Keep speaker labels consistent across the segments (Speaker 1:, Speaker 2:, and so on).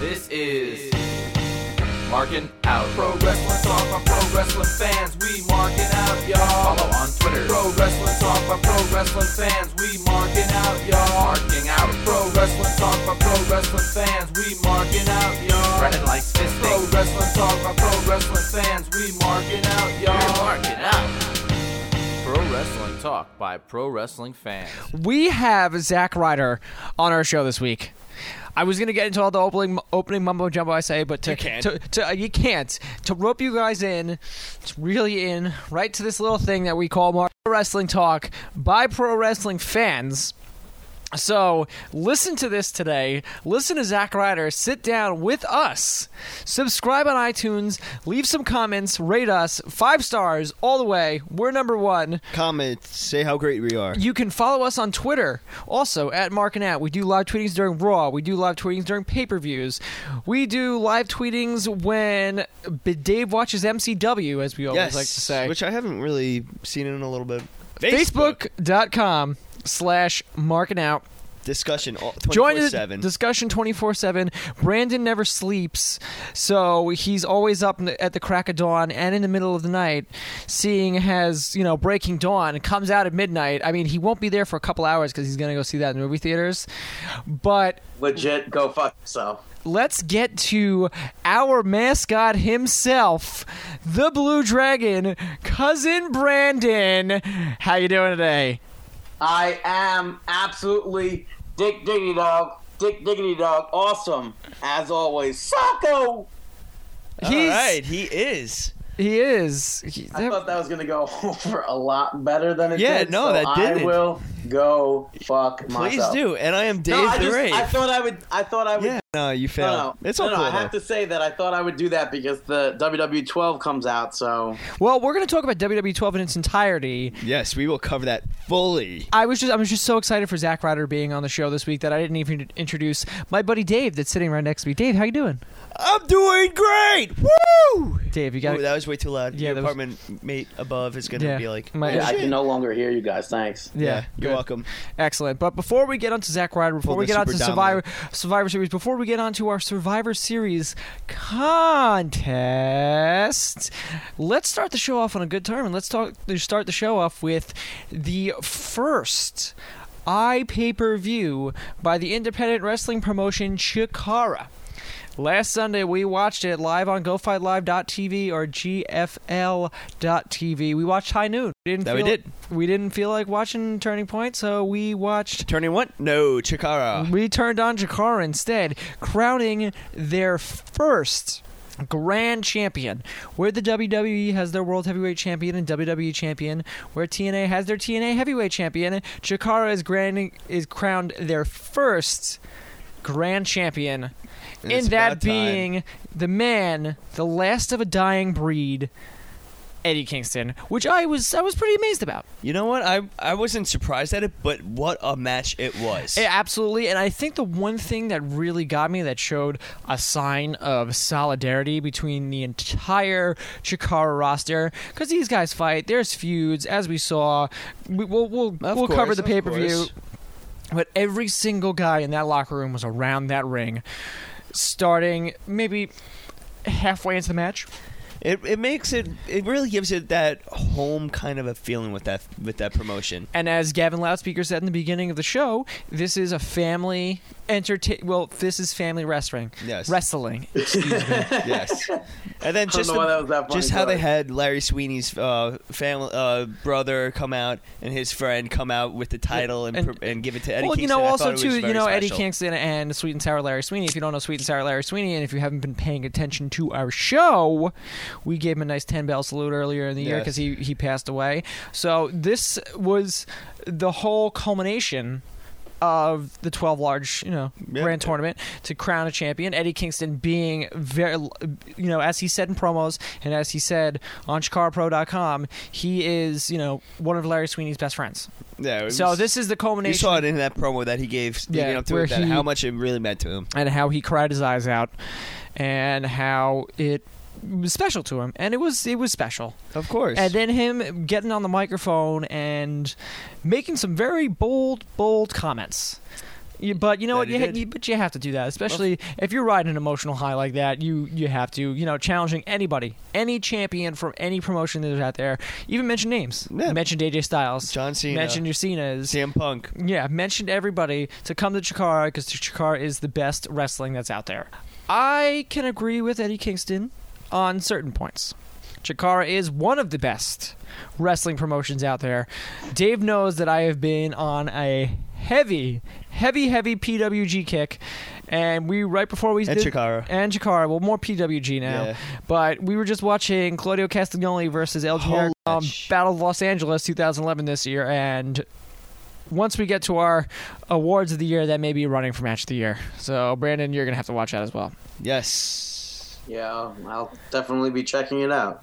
Speaker 1: This is Marking Out. Pro Wrestling Talk by Pro Wrestling Fans. We marking out, y'all. Follow on Twitter. Pro Wrestling Talk by Pro Wrestling Fans. We marking out, y'all. Marking Out. Pro Wrestling Talk by Pro Wrestling Fans. We marking out, y'all. Brennan likes fisting. Pro Wrestling Talk by Pro Wrestling Fans. We marking out, y'all. We're marking out. Pro Wrestling Talk by Pro Wrestling Fans.
Speaker 2: We have Zack Ryder on our show this week. I was going to get into all the opening opening mumbo jumbo I say, but to,
Speaker 3: You can't.
Speaker 2: to, to- uh, you can't to rope you guys in, it's really in right to this little thing that we call Mar- Pro wrestling talk by pro wrestling fans. So listen to this today. Listen to Zack Ryder. Sit down with us. Subscribe on iTunes. Leave some comments. Rate us five stars all the way. We're number one.
Speaker 3: Comment, say how great we are.
Speaker 2: You can follow us on Twitter, also at Mark and At. We do live tweetings during Raw. We do live tweetings during pay per views. We do live tweetings when B- Dave watches MCW, as we always
Speaker 3: yes,
Speaker 2: like to say.
Speaker 3: which I haven't really seen in a little bit.
Speaker 2: Facebook.com slash Mark and Out.
Speaker 3: Discussion all 24
Speaker 2: Join the
Speaker 3: 7.
Speaker 2: discussion 24 7. Brandon never sleeps, so he's always up in the- at the crack of dawn and in the middle of the night, seeing has, you know, Breaking Dawn comes out at midnight. I mean, he won't be there for a couple hours because he's going to go see that in movie theaters. But
Speaker 4: Legit, go fuck yourself.
Speaker 2: let's get to our mascot himself, the Blue Dragon, cousin Brandon. How you doing today?
Speaker 4: I am absolutely Dick Diggity Dog. Dick Diggity Dog, awesome as always. Socko.
Speaker 3: all right, he is.
Speaker 2: He is. he-
Speaker 4: I thought that was gonna go over a lot better than it
Speaker 3: Yeah,
Speaker 4: did.
Speaker 3: no,
Speaker 4: so
Speaker 3: that
Speaker 4: I
Speaker 3: didn't.
Speaker 4: will go fuck
Speaker 3: Please
Speaker 4: myself.
Speaker 3: do. And I am Dave
Speaker 4: No, I,
Speaker 3: the
Speaker 4: just,
Speaker 3: Rave.
Speaker 4: I thought I would. I thought I would.
Speaker 3: yeah, no, you
Speaker 4: No,
Speaker 3: failed.
Speaker 4: no,
Speaker 3: It's
Speaker 4: no,
Speaker 3: all
Speaker 4: no,
Speaker 3: cool,
Speaker 4: I have
Speaker 3: though.
Speaker 4: to say that I thought I would do that because the WW twelve comes out. So
Speaker 2: Well, we're going to talk about WWE 12 in its entirety.
Speaker 3: Yes, we will cover that fully.
Speaker 2: I was just I was just so excited for Zach Ryder being on the show this week that I didn't even introduce my buddy Dave that's sitting right next to me. Dave, how you doing?
Speaker 3: I'm doing great. Woo!
Speaker 2: Dave, you got
Speaker 3: Ooh, that was way too loud.
Speaker 2: Yeah,
Speaker 3: Your
Speaker 2: that was-
Speaker 3: apartment mate above is going to
Speaker 2: yeah,
Speaker 3: be like,
Speaker 2: my-
Speaker 3: "Oh,
Speaker 4: I
Speaker 3: shit."
Speaker 4: can no longer hear you guys. Thanks.
Speaker 2: yeah,
Speaker 3: you're
Speaker 2: good.
Speaker 3: welcome.
Speaker 2: Excellent. But before we get on to Zach Ryder, before
Speaker 3: Pulled
Speaker 2: we
Speaker 3: the
Speaker 2: get on to
Speaker 3: super
Speaker 2: Survivor Survivor Series, before we get on to our Survivor Series contest, let's start the show off on a good term and let's talk start the show off with the first I pay per view by the independent wrestling promotion Chikara. Last Sunday, we watched it live on GoFightLive.tv or GFL.tv. We watched High Noon. We didn't
Speaker 3: That we
Speaker 2: feel,
Speaker 3: did.
Speaker 2: We didn't feel like watching Turning Point, so we watched.
Speaker 3: Turning what? No, Chikara.
Speaker 2: Um, We turned on Jakara instead, crowning their first grand champion. Where the WWE has their world heavyweight champion and WWE champion, where TNA has their TNA heavyweight champion, Jakara is grand is crowned their first grand champion.
Speaker 3: And
Speaker 2: and
Speaker 3: it's
Speaker 2: that
Speaker 3: about time.
Speaker 2: being the man, the last of a dying breed, Eddie Kingston, which I was I was pretty amazed about.
Speaker 3: You know what? I I wasn't surprised at it, but what a match it was.
Speaker 2: Yeah, absolutely. And I think the one thing that really got me that showed a sign of solidarity between the entire Chikara roster, because these guys fight, there's feuds, as we saw. We, we'll we'll,
Speaker 3: Of
Speaker 2: we'll cover
Speaker 3: course,
Speaker 2: the
Speaker 3: of
Speaker 2: pay per view.
Speaker 3: course.
Speaker 2: But every single guy in that locker room was around that ring, starting maybe halfway into the match.
Speaker 3: It, it makes it it really gives it that home kind of a feeling with that with that promotion.
Speaker 2: And as Gavin Loudspeaker said in the beginning of the show, this is a family entertain. Well, this is family wrestling.
Speaker 3: Yes.
Speaker 2: Wrestling.
Speaker 3: yes. And then
Speaker 4: don't
Speaker 3: just
Speaker 4: know
Speaker 3: the-
Speaker 4: why that was that funny,
Speaker 3: just how they
Speaker 4: sorry.
Speaker 3: had Larry Sweeney's uh, family uh, brother come out and his friend come out with the title and
Speaker 2: And-
Speaker 3: and, and give it to Eddie
Speaker 2: well, you
Speaker 3: Kingston.
Speaker 2: know,
Speaker 3: I
Speaker 2: also
Speaker 3: thought it
Speaker 2: too,
Speaker 3: was
Speaker 2: you
Speaker 3: very
Speaker 2: know, Eddie
Speaker 3: special.
Speaker 2: Kingston and Sweet and Sour Larry Sweeney. If you don't know Sweet and Sour Larry Sweeney, and if you haven't been paying attention to our show, we gave him a nice ten bell salute earlier in the year
Speaker 3: Yes.
Speaker 2: because he he passed away. So this was the whole culmination of the 12 large you know
Speaker 3: Yeah.
Speaker 2: grand tournament to crown a champion eddie kingston being very you know as he said in promos and as he said on chikarapro.com he is you know one of larry sweeney's best friends
Speaker 3: Yeah, it
Speaker 2: so
Speaker 3: was-
Speaker 2: this is the
Speaker 3: you
Speaker 2: culmination
Speaker 3: saw it in that promo that he gave leading
Speaker 2: Yeah,
Speaker 3: up to
Speaker 2: where
Speaker 3: it, that
Speaker 2: he-
Speaker 3: how much it really meant to him.
Speaker 2: and how he cried his eyes out and how it was special to him and it was it was special
Speaker 3: Of course.
Speaker 2: and then him getting on the microphone and making some very bold bold comments You- but you know what?
Speaker 3: That
Speaker 2: You,
Speaker 3: he
Speaker 2: ha-
Speaker 3: did.
Speaker 2: you, but you have to do that, especially if you're riding an emotional high like that. You you have to, you know, challenging anybody, any champion from any promotion that is out there. Even mention names.
Speaker 3: Yeah.
Speaker 2: Mentioned AJ Styles.
Speaker 3: John Cena.
Speaker 2: Mentioned your Cena's.
Speaker 3: CM Punk.
Speaker 2: Yeah, mentioned everybody to come to Chikara because Chikara is the best wrestling that's out there. I can agree with Eddie Kingston on certain points. Chikara is one of the best wrestling promotions out there. Dave knows that I have been on a heavy, heavy, heavy PWG kick, and we right before we
Speaker 3: And
Speaker 2: did,
Speaker 3: Chikara.
Speaker 2: and Chikara, well more PWG now,
Speaker 3: Yeah.
Speaker 2: but we were just watching Claudio Castagnoli versus El Generico
Speaker 3: Holy
Speaker 2: um,
Speaker 3: sh-
Speaker 2: Battle of Los Angeles 2011 this year, and once we get to our awards of the year, that may be running for match of the year. So, Brandon, you're going to have to watch that as well.
Speaker 3: Yes.
Speaker 4: Yeah, I'll definitely be checking it out.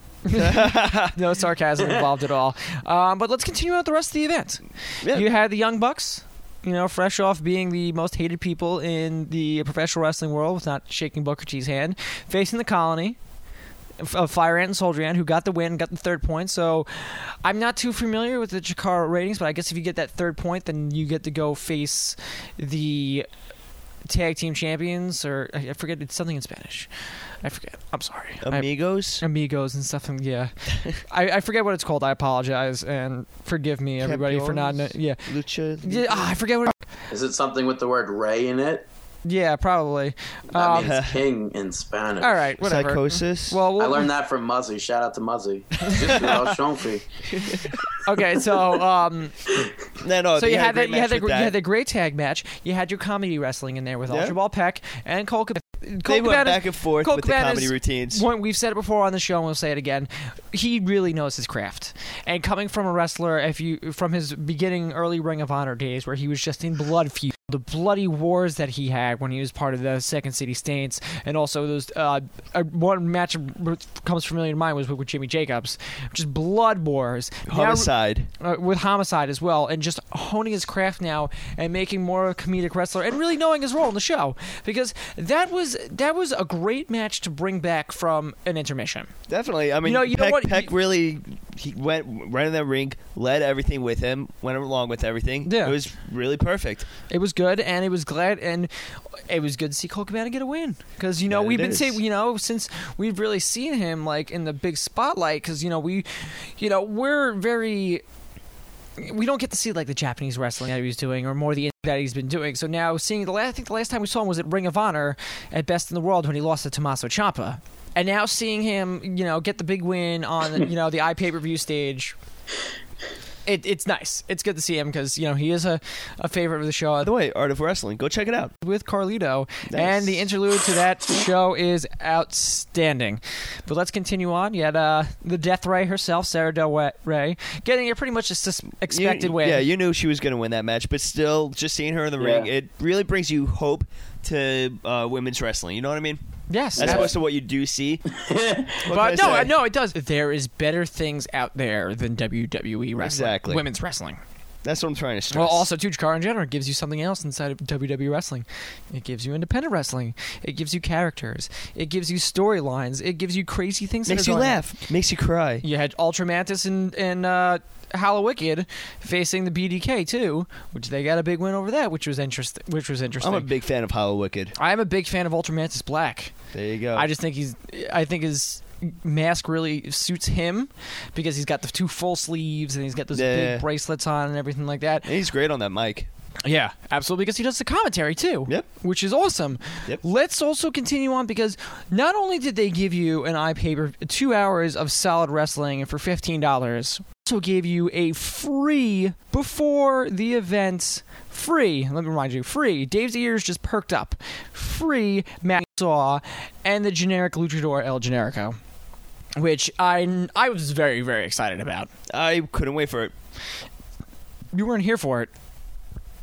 Speaker 2: No sarcasm involved at all. Um, but let's continue on with the rest of the event.
Speaker 3: Yeah.
Speaker 2: You had the Young Bucks, you know, fresh off being the most hated people in the professional wrestling world, with not shaking Booker T's hand, facing the Colony. f- Of Fire Ant and Soldier Ant, who got the win, got the third point. So, I'm not too familiar with the Chikara ratings, but I guess if you get that third point, then you get to go face the tag team champions, or I I forget it's something in Spanish. I forget. I'm sorry.
Speaker 3: Um,
Speaker 2: I-
Speaker 3: Amigos.
Speaker 2: amigos and stuff and yeah I, I forget what it's called i apologize and forgive me everybody for not kno-
Speaker 3: Campeones?
Speaker 2: yeah
Speaker 3: Lucha.
Speaker 2: yeah ah, i forget what
Speaker 4: Is it something with the word Ray in it?
Speaker 2: yeah probably
Speaker 4: That
Speaker 3: Ah.
Speaker 2: um,
Speaker 4: means king in Spanish.
Speaker 2: all right whatever
Speaker 3: Psychosis.
Speaker 2: well,
Speaker 4: I
Speaker 2: we'll
Speaker 4: learned that from Muzzy. Shout out to Muzzy. Just without Shonky.
Speaker 2: okay so um
Speaker 3: no, no.
Speaker 2: so you had that you had
Speaker 3: the
Speaker 2: the gr- you had the great tag match you had your comedy wrestling in there with
Speaker 3: Yeah.
Speaker 2: Ultra Ball Peck and Cole Cab- Cole
Speaker 3: They went
Speaker 2: Cabana's-
Speaker 3: back and forth
Speaker 2: Cole
Speaker 3: with the
Speaker 2: Cabana's
Speaker 3: comedy routines.
Speaker 2: One, we've said it before on the show, and we'll say it again. He really knows his craft, and coming from a wrestler, if you from his beginning early Ring of Honor days, where he was just in blood feud, the bloody wars that he had when he was part of the Second City Staints, and also those uh, uh, one match that comes familiar to mind was with Jimmy Jacobs, just blood wars. Now-
Speaker 3: homicide.
Speaker 2: uh, with homicide as well, and just honing his craft now and making more of a comedic wrestler and really knowing his role in the show because that was that was a great match to bring back from an intermission.
Speaker 3: Definitely. I mean,
Speaker 2: know- you know
Speaker 3: Peck,
Speaker 2: what?
Speaker 3: Peck
Speaker 2: You-
Speaker 3: really he went right in that ring, led everything with him, went along with everything.
Speaker 2: Yeah.
Speaker 3: It was really perfect.
Speaker 2: It was good, and it was glad, and it was good to see Cole Cabana get a win because you know
Speaker 3: Yeah,
Speaker 2: we've
Speaker 3: it
Speaker 2: been
Speaker 3: is.
Speaker 2: saying you know since we've really seen him like in the big spotlight because you know we, you know we're very. We don't get to see like the Japanese wrestling that he was doing, or more the that he's been doing. So now seeing the last, I think the last time we saw him was at Ring of Honor at Best in the World when he lost to Tommaso Ciampa, and now seeing him, you know, get the big win on you know the i pay per view stage. It, it's nice. It's good to see him because you know he is a, a favorite of the show
Speaker 3: By the way, Art of Wrestling, go check it out.
Speaker 2: with Carlito,
Speaker 3: Nice.
Speaker 2: and the interlude to that show is outstanding. But let's continue on. You had uh, the Death Ray herself, Sarah Del Rey, getting a pretty much a sus-
Speaker 3: You-
Speaker 2: expected win.
Speaker 3: Yeah, you knew she was going to win that match, but still, just seeing her in the
Speaker 4: Yeah.
Speaker 3: ring, it really brings you hope to uh, women's wrestling. You know what I mean?
Speaker 2: yes,
Speaker 3: As
Speaker 2: ab-
Speaker 3: opposed to what you do see.
Speaker 2: but
Speaker 3: But
Speaker 2: no, no, it does. There is better things out there than WWE wrestling,
Speaker 3: Exactly.
Speaker 2: women's wrestling.
Speaker 3: That's what I'm trying to stress.
Speaker 2: Well, also too, Chikara in general gives you something else inside of WWE wrestling. It gives you independent wrestling. It gives you characters. It gives you storylines. It gives you crazy things. that
Speaker 3: makes
Speaker 2: are
Speaker 3: you
Speaker 2: going on.
Speaker 3: laugh, makes you cry.
Speaker 2: You had Ultramantis and and uh, Hollow Wicked facing the BDK too, which they got a big win over that, which was interesting. Which was interesting.
Speaker 3: I'm a big fan of Hollow Wicked.
Speaker 2: I am a big fan of Ultramantis Black.
Speaker 3: There you go.
Speaker 2: I just think he's. I think his mask really suits him because he's got the two full sleeves and he's got those
Speaker 3: Yeah.
Speaker 2: big bracelets on and everything like that.
Speaker 3: And he's great on that mic.
Speaker 2: Yeah, absolutely. Because he does the commentary too.
Speaker 3: Yep.
Speaker 2: Which is awesome.
Speaker 3: Yep.
Speaker 2: Let's also continue on because not only did they give you an iPaper two hours of solid wrestling for fifteen dollars, also gave you a free before the event free. Let me remind you, free. Dave's ears just perked up. Free Matt Saw and the generic Luchador El Generico. Which I I was very very excited about.
Speaker 3: I couldn't wait for it.
Speaker 2: You weren't here for it.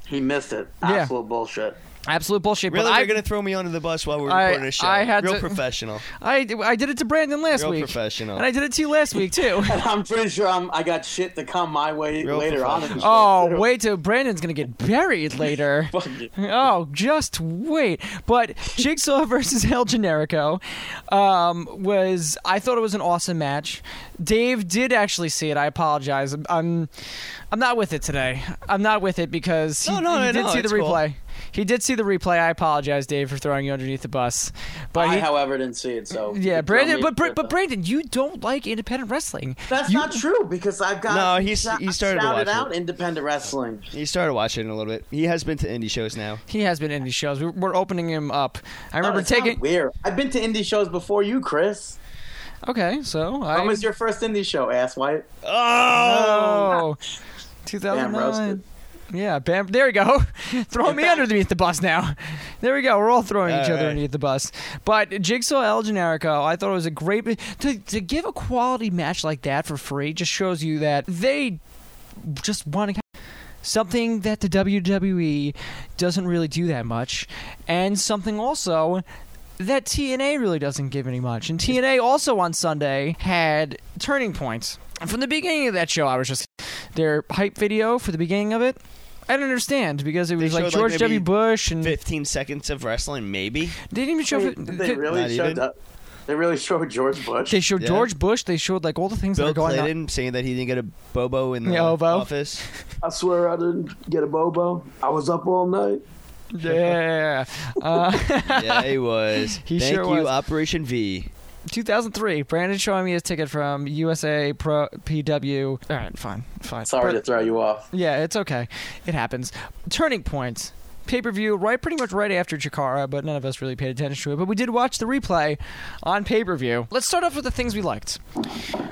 Speaker 4: He missed it.
Speaker 2: Yeah.
Speaker 4: Absolute bullshit.
Speaker 2: Absolute bullshit.
Speaker 3: Really,
Speaker 2: but
Speaker 3: they're
Speaker 2: I
Speaker 3: gonna throw me under the bus while we're
Speaker 2: I-
Speaker 3: recording a show.
Speaker 2: I had
Speaker 3: Real
Speaker 2: to-
Speaker 3: professional.
Speaker 2: I, I did it to Brandon last
Speaker 3: Real
Speaker 2: week.
Speaker 3: professional.
Speaker 2: And I did it to you last week too.
Speaker 4: And I'm pretty sure I'm, I got shit to come my way
Speaker 3: Real
Speaker 4: later on. in the
Speaker 2: oh,
Speaker 4: show, too.
Speaker 2: wait till Brandon's gonna get buried later.
Speaker 4: Fuck it.
Speaker 2: Oh, just wait. But Jigsaw versus El Generico um, was, I thought it was an awesome match. Dave did actually see it. I apologize. I'm, I'm not with it today. I'm not with it because he,
Speaker 3: No, no,
Speaker 2: he
Speaker 3: no,
Speaker 2: did
Speaker 3: no,
Speaker 2: see the
Speaker 3: it's cool.
Speaker 2: replay. He did see the replay. I apologize, Dave, for throwing you underneath the bus. But
Speaker 4: I,
Speaker 2: he,
Speaker 4: however, didn't see it. So
Speaker 2: yeah,
Speaker 4: you throw
Speaker 2: Brandon.
Speaker 4: me
Speaker 2: But Bra-
Speaker 4: with
Speaker 2: but
Speaker 4: the-
Speaker 2: Brandon, you don't like independent wrestling.
Speaker 4: that's
Speaker 2: you-
Speaker 4: not true because I've got
Speaker 3: No, he's-
Speaker 4: shou-
Speaker 3: he started to watch
Speaker 4: shouted
Speaker 3: it.
Speaker 4: out independent wrestling.
Speaker 3: He started watching it a little bit. He has been to indie shows now.
Speaker 2: He has been in these shows. We're, we're opening him up. I remember
Speaker 4: Oh, it's not
Speaker 2: taking.
Speaker 4: weird. I've been to indie shows before you, Chris.
Speaker 2: Okay, so I
Speaker 4: When was your first indie show, asswipe?
Speaker 2: Oh,
Speaker 4: Damn,
Speaker 2: 2009.
Speaker 4: roasted.
Speaker 2: Yeah, bam. There we go. throwing me underneath the bus now. There we go. We're all throwing each
Speaker 3: All
Speaker 2: other
Speaker 3: right.
Speaker 2: underneath the bus. But Jigsaw El Generico, I thought it was a great to to give a quality match like that for free. Just shows you that they just want to something that the WWE doesn't really do that much, and something also that TNA really doesn't give any much. And TNA also on Sunday had turning points. From the beginning of that show, I was just their hype video for the beginning of it. I don't understand because it was
Speaker 3: showed,
Speaker 2: like
Speaker 3: like,
Speaker 2: George W.
Speaker 3: maybe
Speaker 2: Bush and they
Speaker 3: 15 seconds of wrestling, maybe.
Speaker 2: didn't even show.
Speaker 4: They, they really
Speaker 3: Not
Speaker 4: showed
Speaker 3: even.
Speaker 4: up. They really showed George Bush.
Speaker 2: they showed
Speaker 3: Yeah.
Speaker 2: George Bush. They showed like all the things
Speaker 3: Bill
Speaker 2: that are going
Speaker 3: Clinton saying that he didn't get a bobo in the
Speaker 2: The oboe.
Speaker 3: office.
Speaker 4: I swear I didn't get a bobo. I was up all night.
Speaker 2: on. Yeah. Uh,
Speaker 3: yeah, he was.
Speaker 2: He
Speaker 3: Thank
Speaker 2: sure
Speaker 3: you,
Speaker 2: was.
Speaker 3: Operation V.
Speaker 2: 2003. Brandon showing me his ticket from USA Pro PW. All right, fine, fine.
Speaker 4: Sorry
Speaker 2: But-
Speaker 4: to throw you off.
Speaker 2: Yeah, it's okay. It happens. Turning points. Pay per view, right? Pretty much right after Chikara, but none of us really paid attention to it. But we did watch the replay on pay per view. Let's start off with the things we liked.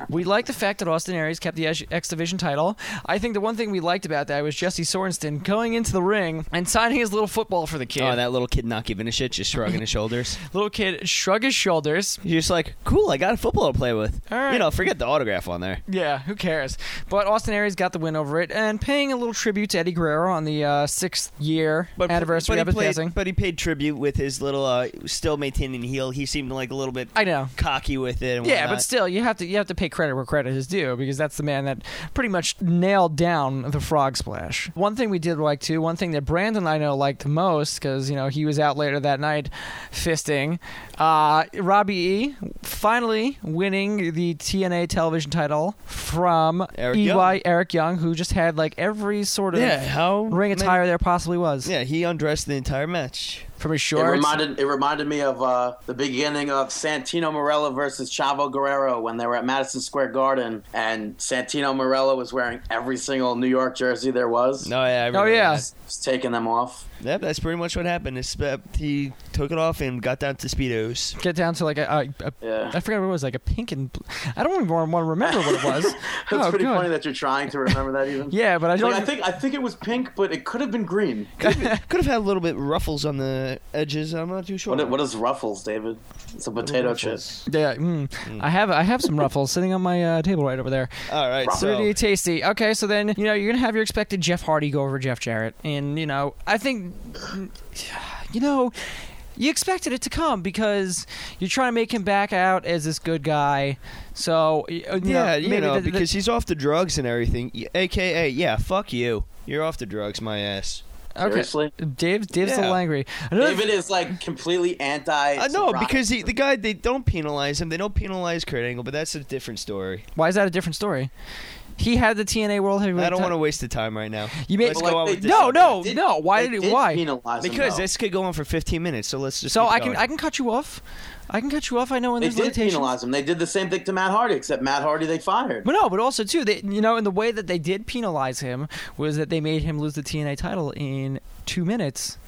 Speaker 2: We liked the fact that Austin Aries kept the X X Division title. I think the one thing we liked about that was Jesse Sorensen going into the ring and signing his little football for the kid.
Speaker 3: Oh, that little kid not giving a shit, just shrugging his shoulders.
Speaker 2: little kid shrugged his shoulders.
Speaker 3: He's just like, cool, I got a football to play with.
Speaker 2: All right.
Speaker 3: You know, forget the autograph on there.
Speaker 2: Yeah, who cares? But Austin Aries got the win over it, and paying a little tribute to Eddie Guerrero on the uh, sixth year
Speaker 3: But,
Speaker 2: anniversary
Speaker 3: but
Speaker 2: of
Speaker 3: he
Speaker 2: his
Speaker 3: played,
Speaker 2: passing.
Speaker 3: But he paid tribute with his little, uh, still maintaining heel. He seemed like a little bit
Speaker 2: I know.
Speaker 3: cocky with it. And
Speaker 2: Yeah, but
Speaker 3: whatnot.
Speaker 2: still, you have to you have to pay credit where credit is due because that's the man that pretty much nailed down the frog splash. One thing we did like too, one thing that Brandon I know liked the most because you know he was out later that night, fisting. Uh, Robbie E finally winning the TNA television title from
Speaker 3: Eric
Speaker 2: EY
Speaker 3: Young.
Speaker 2: Eric Young, who just had like every sort of
Speaker 3: Yeah, how
Speaker 2: ring
Speaker 3: many-
Speaker 2: attire there possibly was
Speaker 3: Yeah, he undressed the entire match.
Speaker 2: from his
Speaker 4: It
Speaker 2: shorts.
Speaker 4: reminded it reminded me of uh, the beginning of Santino Morella versus Chavo Guerrero when they were at Madison Square Garden and Santino Morella was wearing every single New York jersey there was.
Speaker 3: No, yeah, I
Speaker 2: oh
Speaker 3: remember
Speaker 2: yeah.
Speaker 3: that.
Speaker 4: He's taking them off.
Speaker 3: Yep, that's pretty much what happened. Is that he took it off and got down to speedos.
Speaker 2: Get down to like a, a, a
Speaker 4: Yeah.
Speaker 2: I forgot what it was like a pink and bl- I don't even want to remember what it was.
Speaker 4: It's
Speaker 2: oh,
Speaker 4: pretty
Speaker 2: good.
Speaker 4: funny that you're trying to remember that even.
Speaker 2: Yeah, but I don't.
Speaker 4: Like, I think I think it was pink, but it could have been green.
Speaker 3: Could have had a little bit ruffles on the edges. I'm not too sure.
Speaker 4: What, what is ruffles, David? It's a potato chip.
Speaker 2: yeah, mm, I have I have some ruffles sitting on my uh, table right over there.
Speaker 3: All right, so
Speaker 2: Pretty tasty. Okay, so then you know you're gonna have your expected Jeff Hardy go over Jeff Jarrett, and you know I think you know you expected it to come because you're trying to make him back out as this good guy. So y- uh, you know,
Speaker 3: yeah, you
Speaker 2: maybe
Speaker 3: know,
Speaker 2: the- the-
Speaker 3: because he's off the drugs and everything. y- AKA, yeah, fuck you. You're off the drugs, my ass.
Speaker 2: okay,
Speaker 4: Seriously?
Speaker 2: Dave Dave's a
Speaker 3: Yeah.
Speaker 2: little angry. Another
Speaker 4: David is like completely anti.
Speaker 3: I know Uh, because he, the guy they don't penalize him. They don't penalize Kurt Angle, but that's a different story.
Speaker 2: Why is that a different story? He had the TNA World Heavyweight.
Speaker 3: I don't want to
Speaker 2: to.
Speaker 3: waste the time right now.
Speaker 2: You made-
Speaker 3: Let's
Speaker 4: Well,
Speaker 3: go
Speaker 4: like,
Speaker 3: on
Speaker 4: they
Speaker 3: with this.
Speaker 2: No,
Speaker 3: other-
Speaker 2: no, no. Why
Speaker 4: They
Speaker 2: did
Speaker 4: did
Speaker 2: it? Why?
Speaker 4: penalize him,
Speaker 3: Because
Speaker 4: though.
Speaker 3: this could go on for 15 minutes. So let's just.
Speaker 2: So
Speaker 3: keep
Speaker 2: I can
Speaker 3: going.
Speaker 2: I can cut you off. I can cut you off. I know when
Speaker 4: they
Speaker 2: there's
Speaker 4: did
Speaker 2: limitations.
Speaker 4: penalize him. They did the same thing to Matt Hardy, except Matt Hardy they fired.
Speaker 2: But no, but also too, they, you know, and the way that they did penalize him was that they made him lose the TNA title in two minutes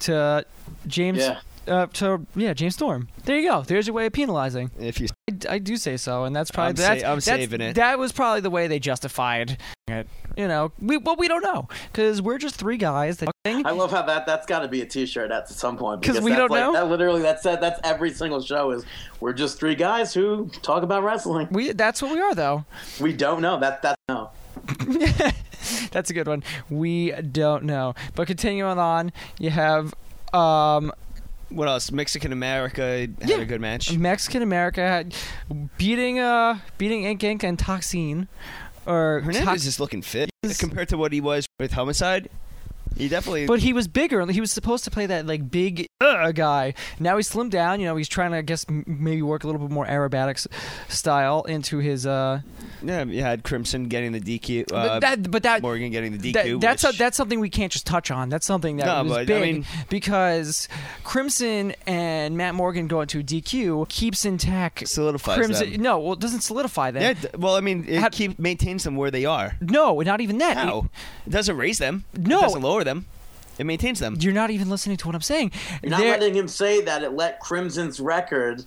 Speaker 2: to James.
Speaker 4: Yeah.
Speaker 2: Uh, to yeah, James Storm. There you go. There's your way of penalizing.
Speaker 3: If you
Speaker 2: I, I do say so, and that's probably
Speaker 3: I'm sa-
Speaker 2: that's,
Speaker 3: I'm
Speaker 2: that's-
Speaker 3: saving it.
Speaker 2: That was probably the way they justified it. You know, we well we don't know because we're just three guys that.
Speaker 4: I love how that that's got to be a T-shirt at some point
Speaker 2: 'Cause we
Speaker 4: that's
Speaker 2: don't
Speaker 4: like,
Speaker 2: know?
Speaker 4: That literally that's that, that's every single show is we're just three guys who talk about wrestling.
Speaker 2: We that's what we are though.
Speaker 4: We don't know that that's no.
Speaker 2: That's a good one. We don't know. But continuing on, you have um,
Speaker 3: what else? Mexican America had
Speaker 2: Yeah.
Speaker 3: a good match.
Speaker 2: Mexican America had beating uh beating Ink Ink and Toxine or
Speaker 3: Hernandez
Speaker 2: Tox-
Speaker 3: is looking fit compared to what he was with Homicide. He definitely.
Speaker 2: But he was bigger. and He was supposed to play that like big uh, guy. Now he's slimmed down. You know, he's trying to I guess m- maybe work a little bit more aerobatics style into his. Uh,
Speaker 3: yeah, you had Crimson getting the DQ. Uh,
Speaker 2: but that, but that,
Speaker 3: Morgan getting the DQ.
Speaker 2: that- that's
Speaker 3: E which,
Speaker 2: a, that's something we can't just touch on. That's something that
Speaker 3: No,
Speaker 2: was
Speaker 3: but, I
Speaker 2: big
Speaker 3: mean-
Speaker 2: because Crimson and Matt Morgan going to DQ keeps intact
Speaker 3: Solidifies
Speaker 2: Crimson.
Speaker 3: them.
Speaker 2: No, well, it doesn't solidify them.
Speaker 3: Yeah, d- well, I mean, it
Speaker 2: How-
Speaker 3: keep maintains them where they are.
Speaker 2: No, not even that.
Speaker 3: How? It doesn't raise them.
Speaker 2: No.
Speaker 3: It doesn't lower them. It maintains them.
Speaker 2: You're not even listening to what I'm saying.
Speaker 4: You're not
Speaker 2: There-
Speaker 4: letting him say that it let Crimson's record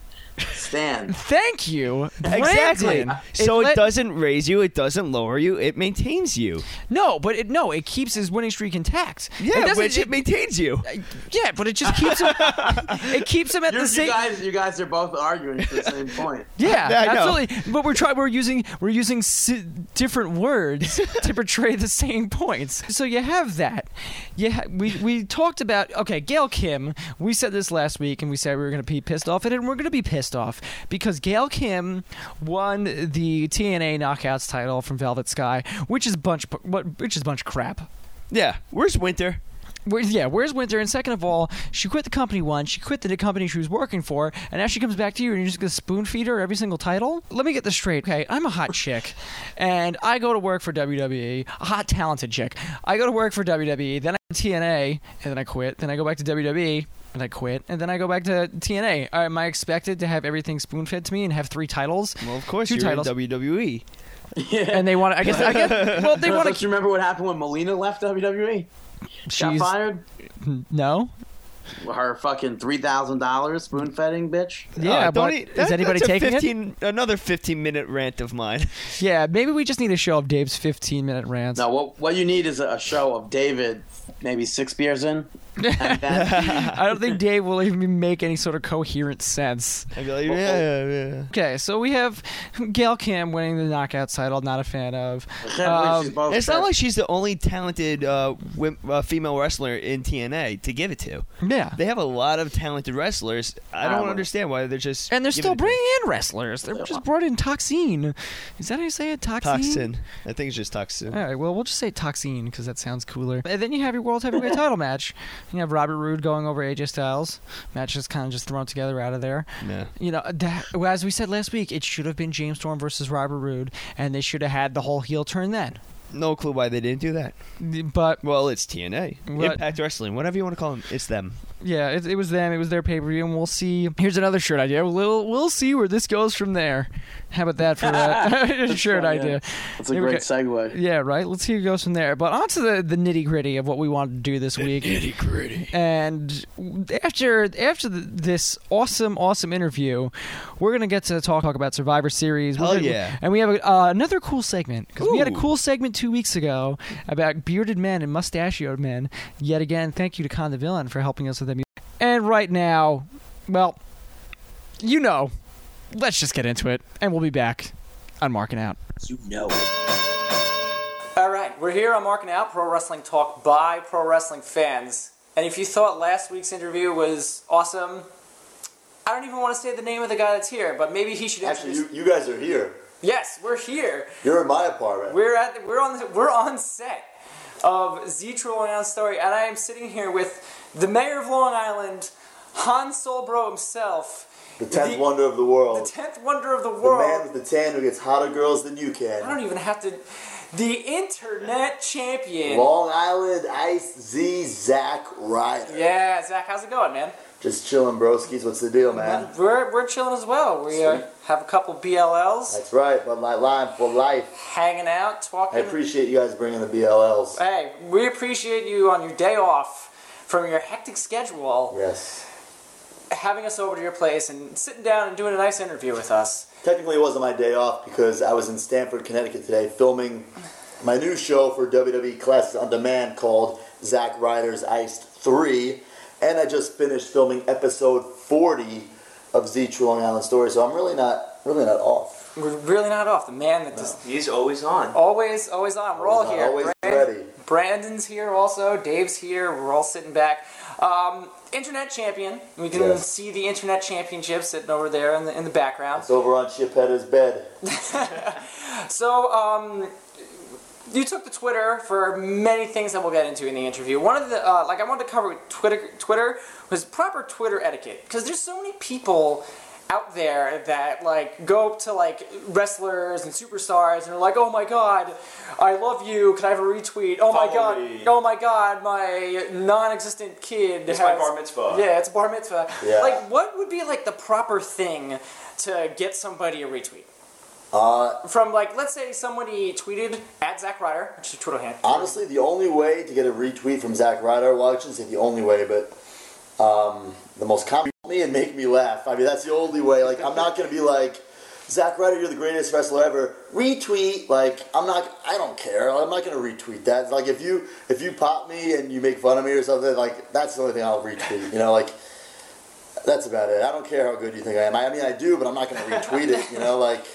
Speaker 4: stand.
Speaker 2: Thank you,
Speaker 3: Exactly.
Speaker 2: Brandon.
Speaker 3: So it,
Speaker 2: let-
Speaker 3: doesn't raise you. It doesn't lower you. It maintains you.
Speaker 2: No, but it no, it keeps his winning streak intact. it
Speaker 3: Yeah,
Speaker 2: doesn't-
Speaker 3: which it maintains you.
Speaker 2: yeah, but it just keeps him. it keeps him at
Speaker 4: You're,
Speaker 2: the
Speaker 4: you
Speaker 2: same.
Speaker 4: guys, you guys are both arguing for the same point.
Speaker 2: yeah,
Speaker 3: Yeah, I know.
Speaker 2: absolutely. But we're trying. We're using we're using si- different words to portray the same points. So you have that. Yeah, ha- we we talked about okay, Gail Kim. We said this last week, and we said we were going to be pissed off at it, and we're going to be pissed off because Gail Kim won the TNA Knockouts title from Velvet Sky, which is bunch what which is bunch of crap.
Speaker 3: Yeah. Where's Winter?
Speaker 2: Where, yeah, where's Winter? And second of all, she quit the company once. She quit the company she was working for, and now she comes back to you, and you're just gonna spoon feed her every single title. Let me get this straight, okay? I'm a hot chick, and I go to work for WWE, a hot talented chick. I go to work for WWE, then I go to TNA, and then I quit. Then I go back to WWE, and I quit, and then I go back to TNA. Uh, Am I expected to have everything spoon fed to me and have three titles?
Speaker 3: Well, of course
Speaker 2: Two
Speaker 3: you're
Speaker 2: titles.
Speaker 3: in E. WWE.
Speaker 4: Yeah.
Speaker 2: And they want to. I guess. I guess. Well, they
Speaker 4: Don't
Speaker 2: want
Speaker 4: don't
Speaker 2: to.
Speaker 4: you remember what happened when Melina left WWE? Got
Speaker 2: She's
Speaker 4: fired?
Speaker 2: no.
Speaker 4: Her fucking $3,000 spoon feeding bitch?
Speaker 2: Yeah,
Speaker 3: Oh, don't
Speaker 2: but
Speaker 3: he-
Speaker 2: is
Speaker 3: that-
Speaker 2: anybody
Speaker 3: that's a
Speaker 2: taking it?
Speaker 3: 15, Another 15 minute rant of mine.
Speaker 2: Yeah, maybe we just need to show up Dave's 15 minute rants.
Speaker 4: No, what, what you need is a, a show of David, maybe six beers in. And then,
Speaker 2: I don't think Dave will even make any sort of coherent sense.
Speaker 3: I'd be like, yeah, yeah.
Speaker 2: Okay, so we have Gail Kim winning the knockout title, not a fan of. Um,
Speaker 4: I can't believe she's both
Speaker 3: It's not
Speaker 4: there.
Speaker 3: like she's the only talented uh, wim- uh, female wrestler in TNA to give it to.
Speaker 2: Yeah.
Speaker 3: They have a lot of talented wrestlers. I
Speaker 4: Ah,
Speaker 3: don't
Speaker 4: well.
Speaker 3: understand why they're just
Speaker 2: and they're
Speaker 3: giving
Speaker 2: still
Speaker 3: it to-
Speaker 2: bringing in wrestlers. They're just brought in Toxine. Is that how you say it? Toxine?
Speaker 3: toxin. I think it's just toxin.
Speaker 2: All right, well, we'll just say Toxine because that sounds cooler. And then you have your World Heavyweight title match. You have Robert Roode going over AJ Styles. Match is kind of just thrown together out of there.
Speaker 3: Yeah.
Speaker 2: You know, that, well, as we said last week, it should have been James Storm versus Robert Roode, and they should have had the whole heel turn then.
Speaker 3: No clue why they didn't do that.
Speaker 2: But
Speaker 3: Well, it's TNA,
Speaker 2: What-
Speaker 3: Impact Wrestling, whatever you want to call them. It's them.
Speaker 2: yeah, it, it was them. It was their pay per view, and we'll see. Here's another shirt idea. We'll we'll see where this goes from there. How about that for a shirt
Speaker 4: funny,
Speaker 2: idea?
Speaker 4: That's a
Speaker 2: Here we
Speaker 4: great
Speaker 2: go.
Speaker 4: segue.
Speaker 2: Yeah, right. Let's see who goes from there. But on to the, the nitty gritty of what we wanted to do this week. Nitty gritty. And after after the, this awesome awesome interview, we're gonna get to talk, talk about Survivor Series. We're
Speaker 3: Hell
Speaker 2: gonna-
Speaker 3: yeah.
Speaker 2: And we have a, uh, another cool segment because we had a
Speaker 3: Ooh.
Speaker 2: cool segment two weeks ago about bearded men and mustachioed men. Yet again, thank you to Con the Villain for helping us with that. mu- And right now, well, you know, let's just get into it, and we'll be back on Marking Out.
Speaker 4: You know it.
Speaker 2: All right, we're here on Marking Out Pro Wrestling Talk by Pro Wrestling Fans. And if you thought last week's interview was awesome, I don't even want to say the name of the guy that's here, but maybe he should
Speaker 5: Actually,
Speaker 2: introduce.
Speaker 5: you, you guys are here.
Speaker 2: Yes, we're here.
Speaker 5: You're in my apartment.
Speaker 2: We're at we're on the, we're on set of Z True Long Island Story, and I am sitting here with the mayor of Long Island, Han Solbro himself,
Speaker 5: the tenth
Speaker 2: the-
Speaker 5: wonder of the world.
Speaker 2: the tenth wonder of the
Speaker 5: The man
Speaker 2: world.
Speaker 5: with the tan who gets hotter girls than you can.
Speaker 2: I don't even have to. The internet champion.
Speaker 5: Long Island Ice Z Zach Ryder.
Speaker 2: yeah, Zach, how's it going, man?
Speaker 5: Just chilling, broskies. What's the deal, man?
Speaker 2: We're, we're chilling as well. We uh,
Speaker 5: Sweet.
Speaker 2: have a couple BLLs,
Speaker 5: That's right, but my line for life.
Speaker 2: hanging out,
Speaker 5: I
Speaker 2: talking.
Speaker 5: appreciate you guys bringing the BLLs.
Speaker 2: hey, we appreciate you on your day off from your hectic schedule
Speaker 5: Yes.
Speaker 2: having us over to your place and sitting down and doing a nice interview with us.
Speaker 5: Technically, it wasn't my day off because I was in Stamford, Connecticut today filming my new show for WWE Classes on Demand called Zack Ryder's Iced 3. And I just finished filming episode 40 of Z True Long Island Story, so I'm really not really not off.
Speaker 2: We're really not off. The man that just
Speaker 6: He's always on.
Speaker 2: always, always on. We're all
Speaker 5: Always on,
Speaker 2: here.
Speaker 5: always ready.
Speaker 2: Brandon's here also. Dave's here. We're all sitting back. Um, internet champion. We can
Speaker 5: Yeah.
Speaker 2: see the internet championship sitting over there in the, in the background.
Speaker 5: It's over on Chiapetta's bed.
Speaker 2: So, um, you took to Twitter for many things that we'll get into in the interview. One of the uh, like I wanted to cover with Twitter Twitter was proper Twitter etiquette because there's so many people out there that like go up to like wrestlers and superstars and are like, oh my god, I love you. Can I have a retweet? Oh my
Speaker 7: Follow
Speaker 2: god,
Speaker 7: me."
Speaker 2: oh my god, my non-existent kid.
Speaker 7: It's my
Speaker 2: has-
Speaker 7: bar mitzvah.
Speaker 2: Yeah, it's a bar mitzvah.
Speaker 5: Yeah.
Speaker 2: Like, what would be like the proper thing to get somebody a retweet?
Speaker 5: Uh,
Speaker 2: From like, let's say somebody tweeted at Zach Ryder, which is a Twitter handle.
Speaker 5: Honestly, the only way to get a retweet from Zach Ryder, well, I shouldn't say the only way, but um, the most common me and make me laugh. I mean, that's the only way. Like, I'm not gonna be like, Zach Ryder, you're the greatest wrestler ever. Retweet. Like, I'm not. I don't care. I'm not gonna retweet that. Like, if you if you pop me and you make fun of me or something, like that's the only thing I'll retweet. You know, like. That's about it. I don't care how good you think I am. I mean, I do, but I'm not going to retweet it. You know, like,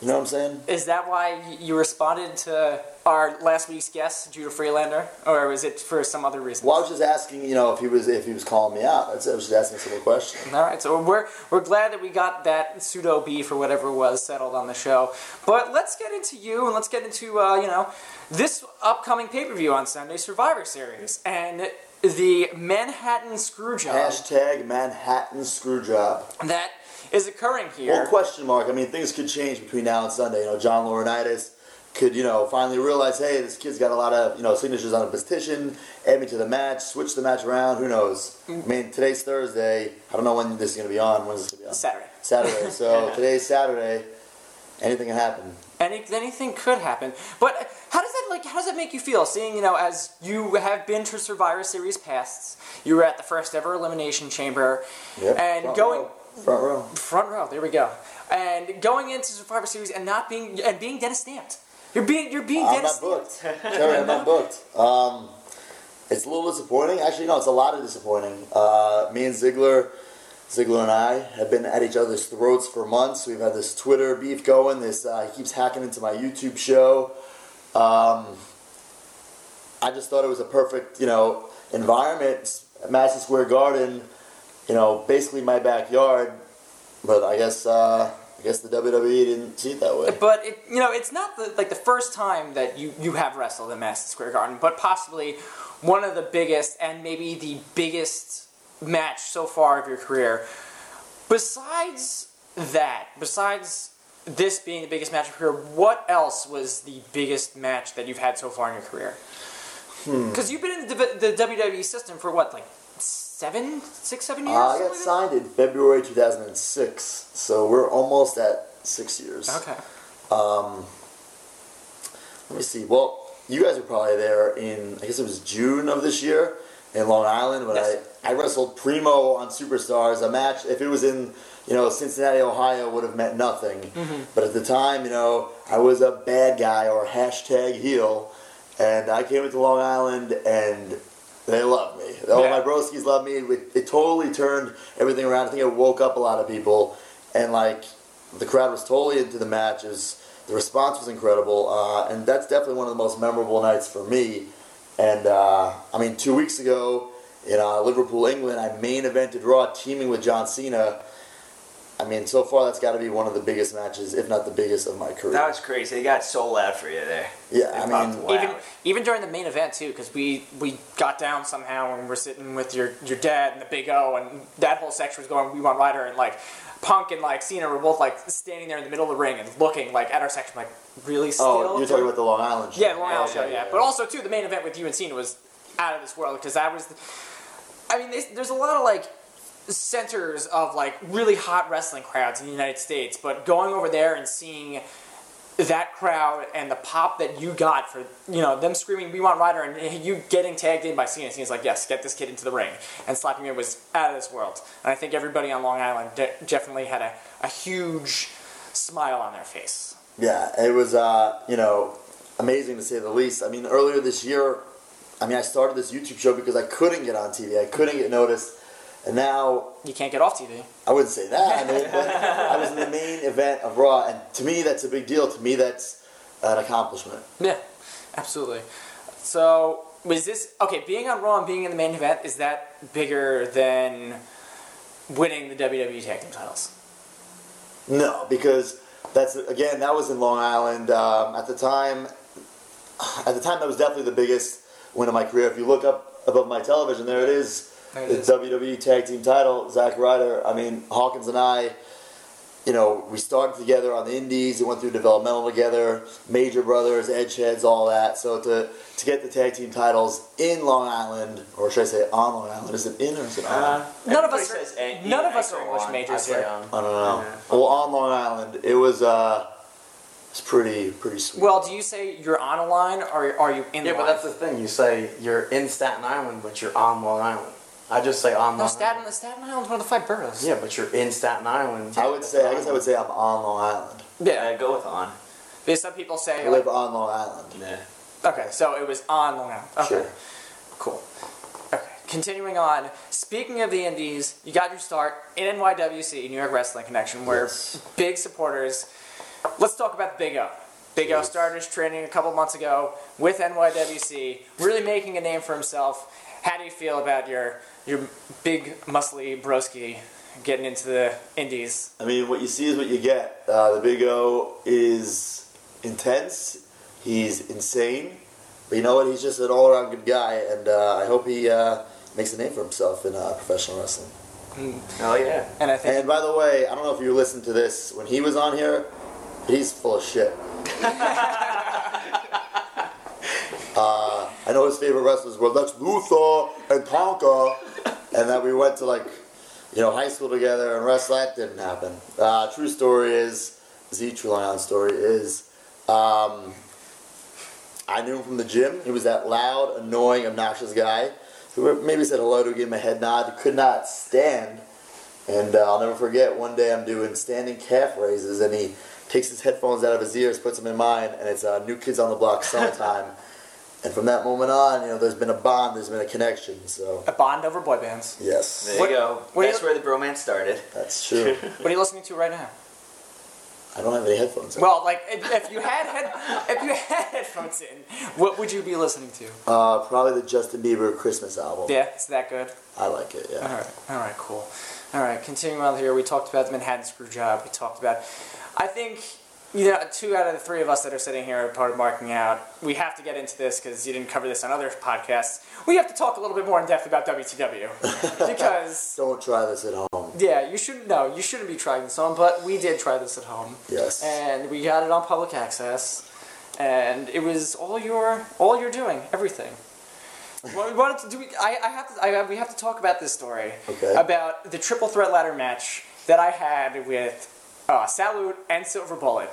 Speaker 5: you know what I'm saying?
Speaker 2: Is that why y- you responded to our last week's guest, Judah Freelander, or was it for some other reason?
Speaker 5: Well, I was just asking, you know, if he was if he was calling me out. That's it. I was just asking a simple question.
Speaker 2: All right, so we're we're glad that we got that pseudo beef or whatever it was settled on the show. But let's get into you and let's get into uh, you know this upcoming pay per view on Sunday, Survivor Series, and the Manhattan Screwjob
Speaker 5: Hashtag Manhattan Screwjob.
Speaker 2: that is occurring here.
Speaker 5: Well, question mark. I mean, things could change between now and Sunday. You know, John Laurinaitis could, you know, finally realize, hey, this kid's got a lot of, you know, signatures on a petition. Add me to the match. Switch the match around. Who knows? I mean, today's Thursday. I don't know when this is going to be on. When's this going to be on?
Speaker 2: Saturday.
Speaker 5: Saturday. So today's Saturday. Anything can happen.
Speaker 2: Any, anything could happen. But how does that like? How does that make you feel? Seeing you know, as you have been to Survivor Series pasts, you were at the first ever Elimination Chamber,
Speaker 5: Yep.
Speaker 2: and
Speaker 5: Front
Speaker 2: going
Speaker 5: row. front row.
Speaker 2: front row. There we go. And going into Survivor Series and not being and being Dennis Stamped. You're being you're being
Speaker 5: I'm
Speaker 2: Dennis
Speaker 5: not booked. Terry, I'm not booked. Um, it's a little disappointing. Actually, no, it's a lot of disappointing. Uh, me and Ziggler, Ziggler and I have been at each other's throats for months. We've had this Twitter beef going. This uh, he keeps hacking into my YouTube show. Um, I just thought it was a perfect, you know, environment. It's at Madison Square Garden, you know, basically my backyard. But I guess uh, I guess the WWE didn't see it that way.
Speaker 2: But it, you know, it's not the, like the first time that you, you have wrestled in Madison Square Garden, but possibly one of the biggest and maybe the biggest match so far of your career. Besides that, besides this being the biggest match of your career, what else was the biggest match that you've had so far in your career?
Speaker 5: Hmm.
Speaker 2: Because you've been in the, div- the WWE system for what, like seven, six, seven years?
Speaker 5: Uh, I
Speaker 2: something
Speaker 5: got
Speaker 2: like that?
Speaker 5: signed in February 2006, so we're almost at six years.
Speaker 2: Okay.
Speaker 5: Let me see. Well, you guys were probably there in, I guess it was June of this year in Long Island when
Speaker 2: Yes.
Speaker 5: I, I wrestled Primo on Superstars. A match, if it was in, you know, Cincinnati, Ohio, would have meant nothing.
Speaker 2: Mm-hmm.
Speaker 5: But at the time, you know, I was a bad guy or hashtag heel, and I came into Long Island and they loved me. All
Speaker 2: Yeah.
Speaker 5: my broskies loved me. It, it totally turned everything around. I think it woke up a lot of people, and like the crowd was totally into the match. It was- the response was incredible, uh, and that's definitely one of the most memorable nights for me. And uh, I mean, two weeks ago in uh, Liverpool, England, I main evented Raw, teaming with John Cena. I mean, so far that's got to be one of the biggest matches, if not the biggest of my career.
Speaker 7: That was crazy. They got so loud for you there.
Speaker 5: yeah,
Speaker 7: They
Speaker 5: I
Speaker 7: popped
Speaker 5: mean,
Speaker 7: loud.
Speaker 2: Even even during the main event too, because we we got down somehow and we're sitting with your your dad and the Big O, and that whole section was going. We want Ryder and like Punk and like Cena were both like standing there in the middle of the ring and looking like at our section like really still.
Speaker 5: oh, you're talking about the Long Island show. Oh,
Speaker 2: yeah, the Long Island show,
Speaker 5: Okay,
Speaker 2: Oh, yeah. But also too, the main event with you and Cena was out of this world because that was. The, I mean, there's- there's a lot of like centers of like really hot wrestling crowds in the United States, but going over there and seeing that crowd and the pop that you got for you know them screaming "We want Ryder" and you getting tagged in by Cena, Cena's like, "Yes, get this kid into the ring," and slapping him was out of this world. And I think everybody on Long Island de- definitely had a, a huge smile on their face.
Speaker 5: Yeah, it was uh, you know amazing to say the least. I mean, earlier this year, I mean, I started this YouTube show because I couldn't get on TV, I couldn't get noticed, and now
Speaker 2: You can't get off TV.
Speaker 5: I wouldn't say that. I mean, but I was in the main event of Raw, and to me, that's a big deal. To me, that's an accomplishment.
Speaker 2: Yeah, absolutely. So was this okay? Being on Raw and being in the main event is that bigger than winning the WWE Tag Team titles?
Speaker 5: No, because that's again that was in Long Island um, at the time. at the time that was definitely the biggest win of my career. If you look up above my television, there it is.
Speaker 2: There it
Speaker 5: the
Speaker 2: is.
Speaker 5: WWE Tag Team title, Zack Ryder. I mean, Hawkins and I, you know, we started together on the indies. We went through developmental together, Major Brothers, Edge Heads, all that. So to, to get the tag team titles in Long Island, or should I say on Long Island? Is it in or is it on?
Speaker 2: None of
Speaker 7: Everybody
Speaker 2: us are-
Speaker 7: says, eh,
Speaker 2: none of
Speaker 7: I
Speaker 2: us are
Speaker 7: go
Speaker 2: English
Speaker 7: on,
Speaker 2: majors
Speaker 7: I say
Speaker 2: here.
Speaker 4: um,
Speaker 7: on.
Speaker 5: I don't know. Well, on Long Island, it was uh, it's pretty pretty sweet.
Speaker 2: Well, do you say you're on a line or are you in
Speaker 8: Yeah,
Speaker 2: the
Speaker 8: but
Speaker 2: line?
Speaker 8: that's the thing. You say you're in Staten Island, but you're on Long Island. I just say on
Speaker 2: no,
Speaker 8: Long
Speaker 2: Staten,
Speaker 8: Island.
Speaker 2: Staten Island's one of the five boroughs.
Speaker 8: Yeah, but you're in Staten Island.
Speaker 5: I would say, I guess I would say I'm on Long Island.
Speaker 7: Yeah,
Speaker 2: Yeah.
Speaker 7: go with on.
Speaker 2: Because some people say,
Speaker 5: I
Speaker 2: like,
Speaker 5: live on Long Island.
Speaker 7: Yeah.
Speaker 2: okay, so it was on Long Island. Okay.
Speaker 5: Sure.
Speaker 2: Cool. Okay. Continuing on. Speaking of the Indies, you got your start in NYWC, New York Wrestling Connection, where big supporters. Let's talk about Big O. Big O started his training a couple months ago with NYWC, really making a name for himself. How do you feel about your your big muscly broski getting into the Indies?
Speaker 5: I mean, what you see is what you get. Uh, the Big O is intense. He's insane. But you know what? He's just an all-around good guy, and uh, I hope he uh, makes a name for himself in uh, professional wrestling.
Speaker 8: Oh yeah.
Speaker 2: And I think
Speaker 5: And by the way, I don't know if you listened to this when he was on here, but he's full of shit. uh, I know his favorite wrestlers were Lex Luthor and Tonka, and that we went to like, you know, high school together and wrestle. That didn't happen. Uh, true story is, Z True Line on story is, um, I knew him from the gym. He was that loud, annoying, obnoxious guy who maybe said hello to give him a head nod. Could not stand and uh, I'll never forget one day I'm doing standing calf raises, and he takes his headphones out of his ears, puts them in mine, and it's uh, New Kids on the Block summertime. and from that moment on, you know, there's been a bond, there's been a connection. So
Speaker 2: a bond over boy bands.
Speaker 5: yes,
Speaker 7: There
Speaker 2: What-
Speaker 7: you go.
Speaker 2: what do
Speaker 7: That's
Speaker 2: you-
Speaker 7: where the bromance started.
Speaker 5: that's true.
Speaker 2: What are you listening to right now?
Speaker 5: I don't have any headphones.
Speaker 2: Well, like if if you had head, if you had headphones in, what would you be listening to?
Speaker 5: Uh, probably the Justin Bieber Christmas album.
Speaker 2: Yeah, it's that good.
Speaker 5: I like it. Yeah.
Speaker 2: All right, all right, cool. All right, continuing on here, we talked about the Manhattan screw job. We talked about, I think, you know, two out of the three of us that are sitting here are part of marking out. We have to get into this because you didn't cover this on other podcasts. We have to talk a little bit more in depth about WTW Uh-huh. because.
Speaker 5: Don't try this at home.
Speaker 2: Yeah, you shouldn't know. You shouldn't be trying this on, but we did try this at home.
Speaker 5: Yes.
Speaker 2: And we got it on public access, and it was all your all you're doing, everything. Well, we wanted to do. I, I have to. I, we have to talk about this story
Speaker 5: Okay.
Speaker 2: about the triple threat ladder match that I had with uh, Salute and Silver Bullet,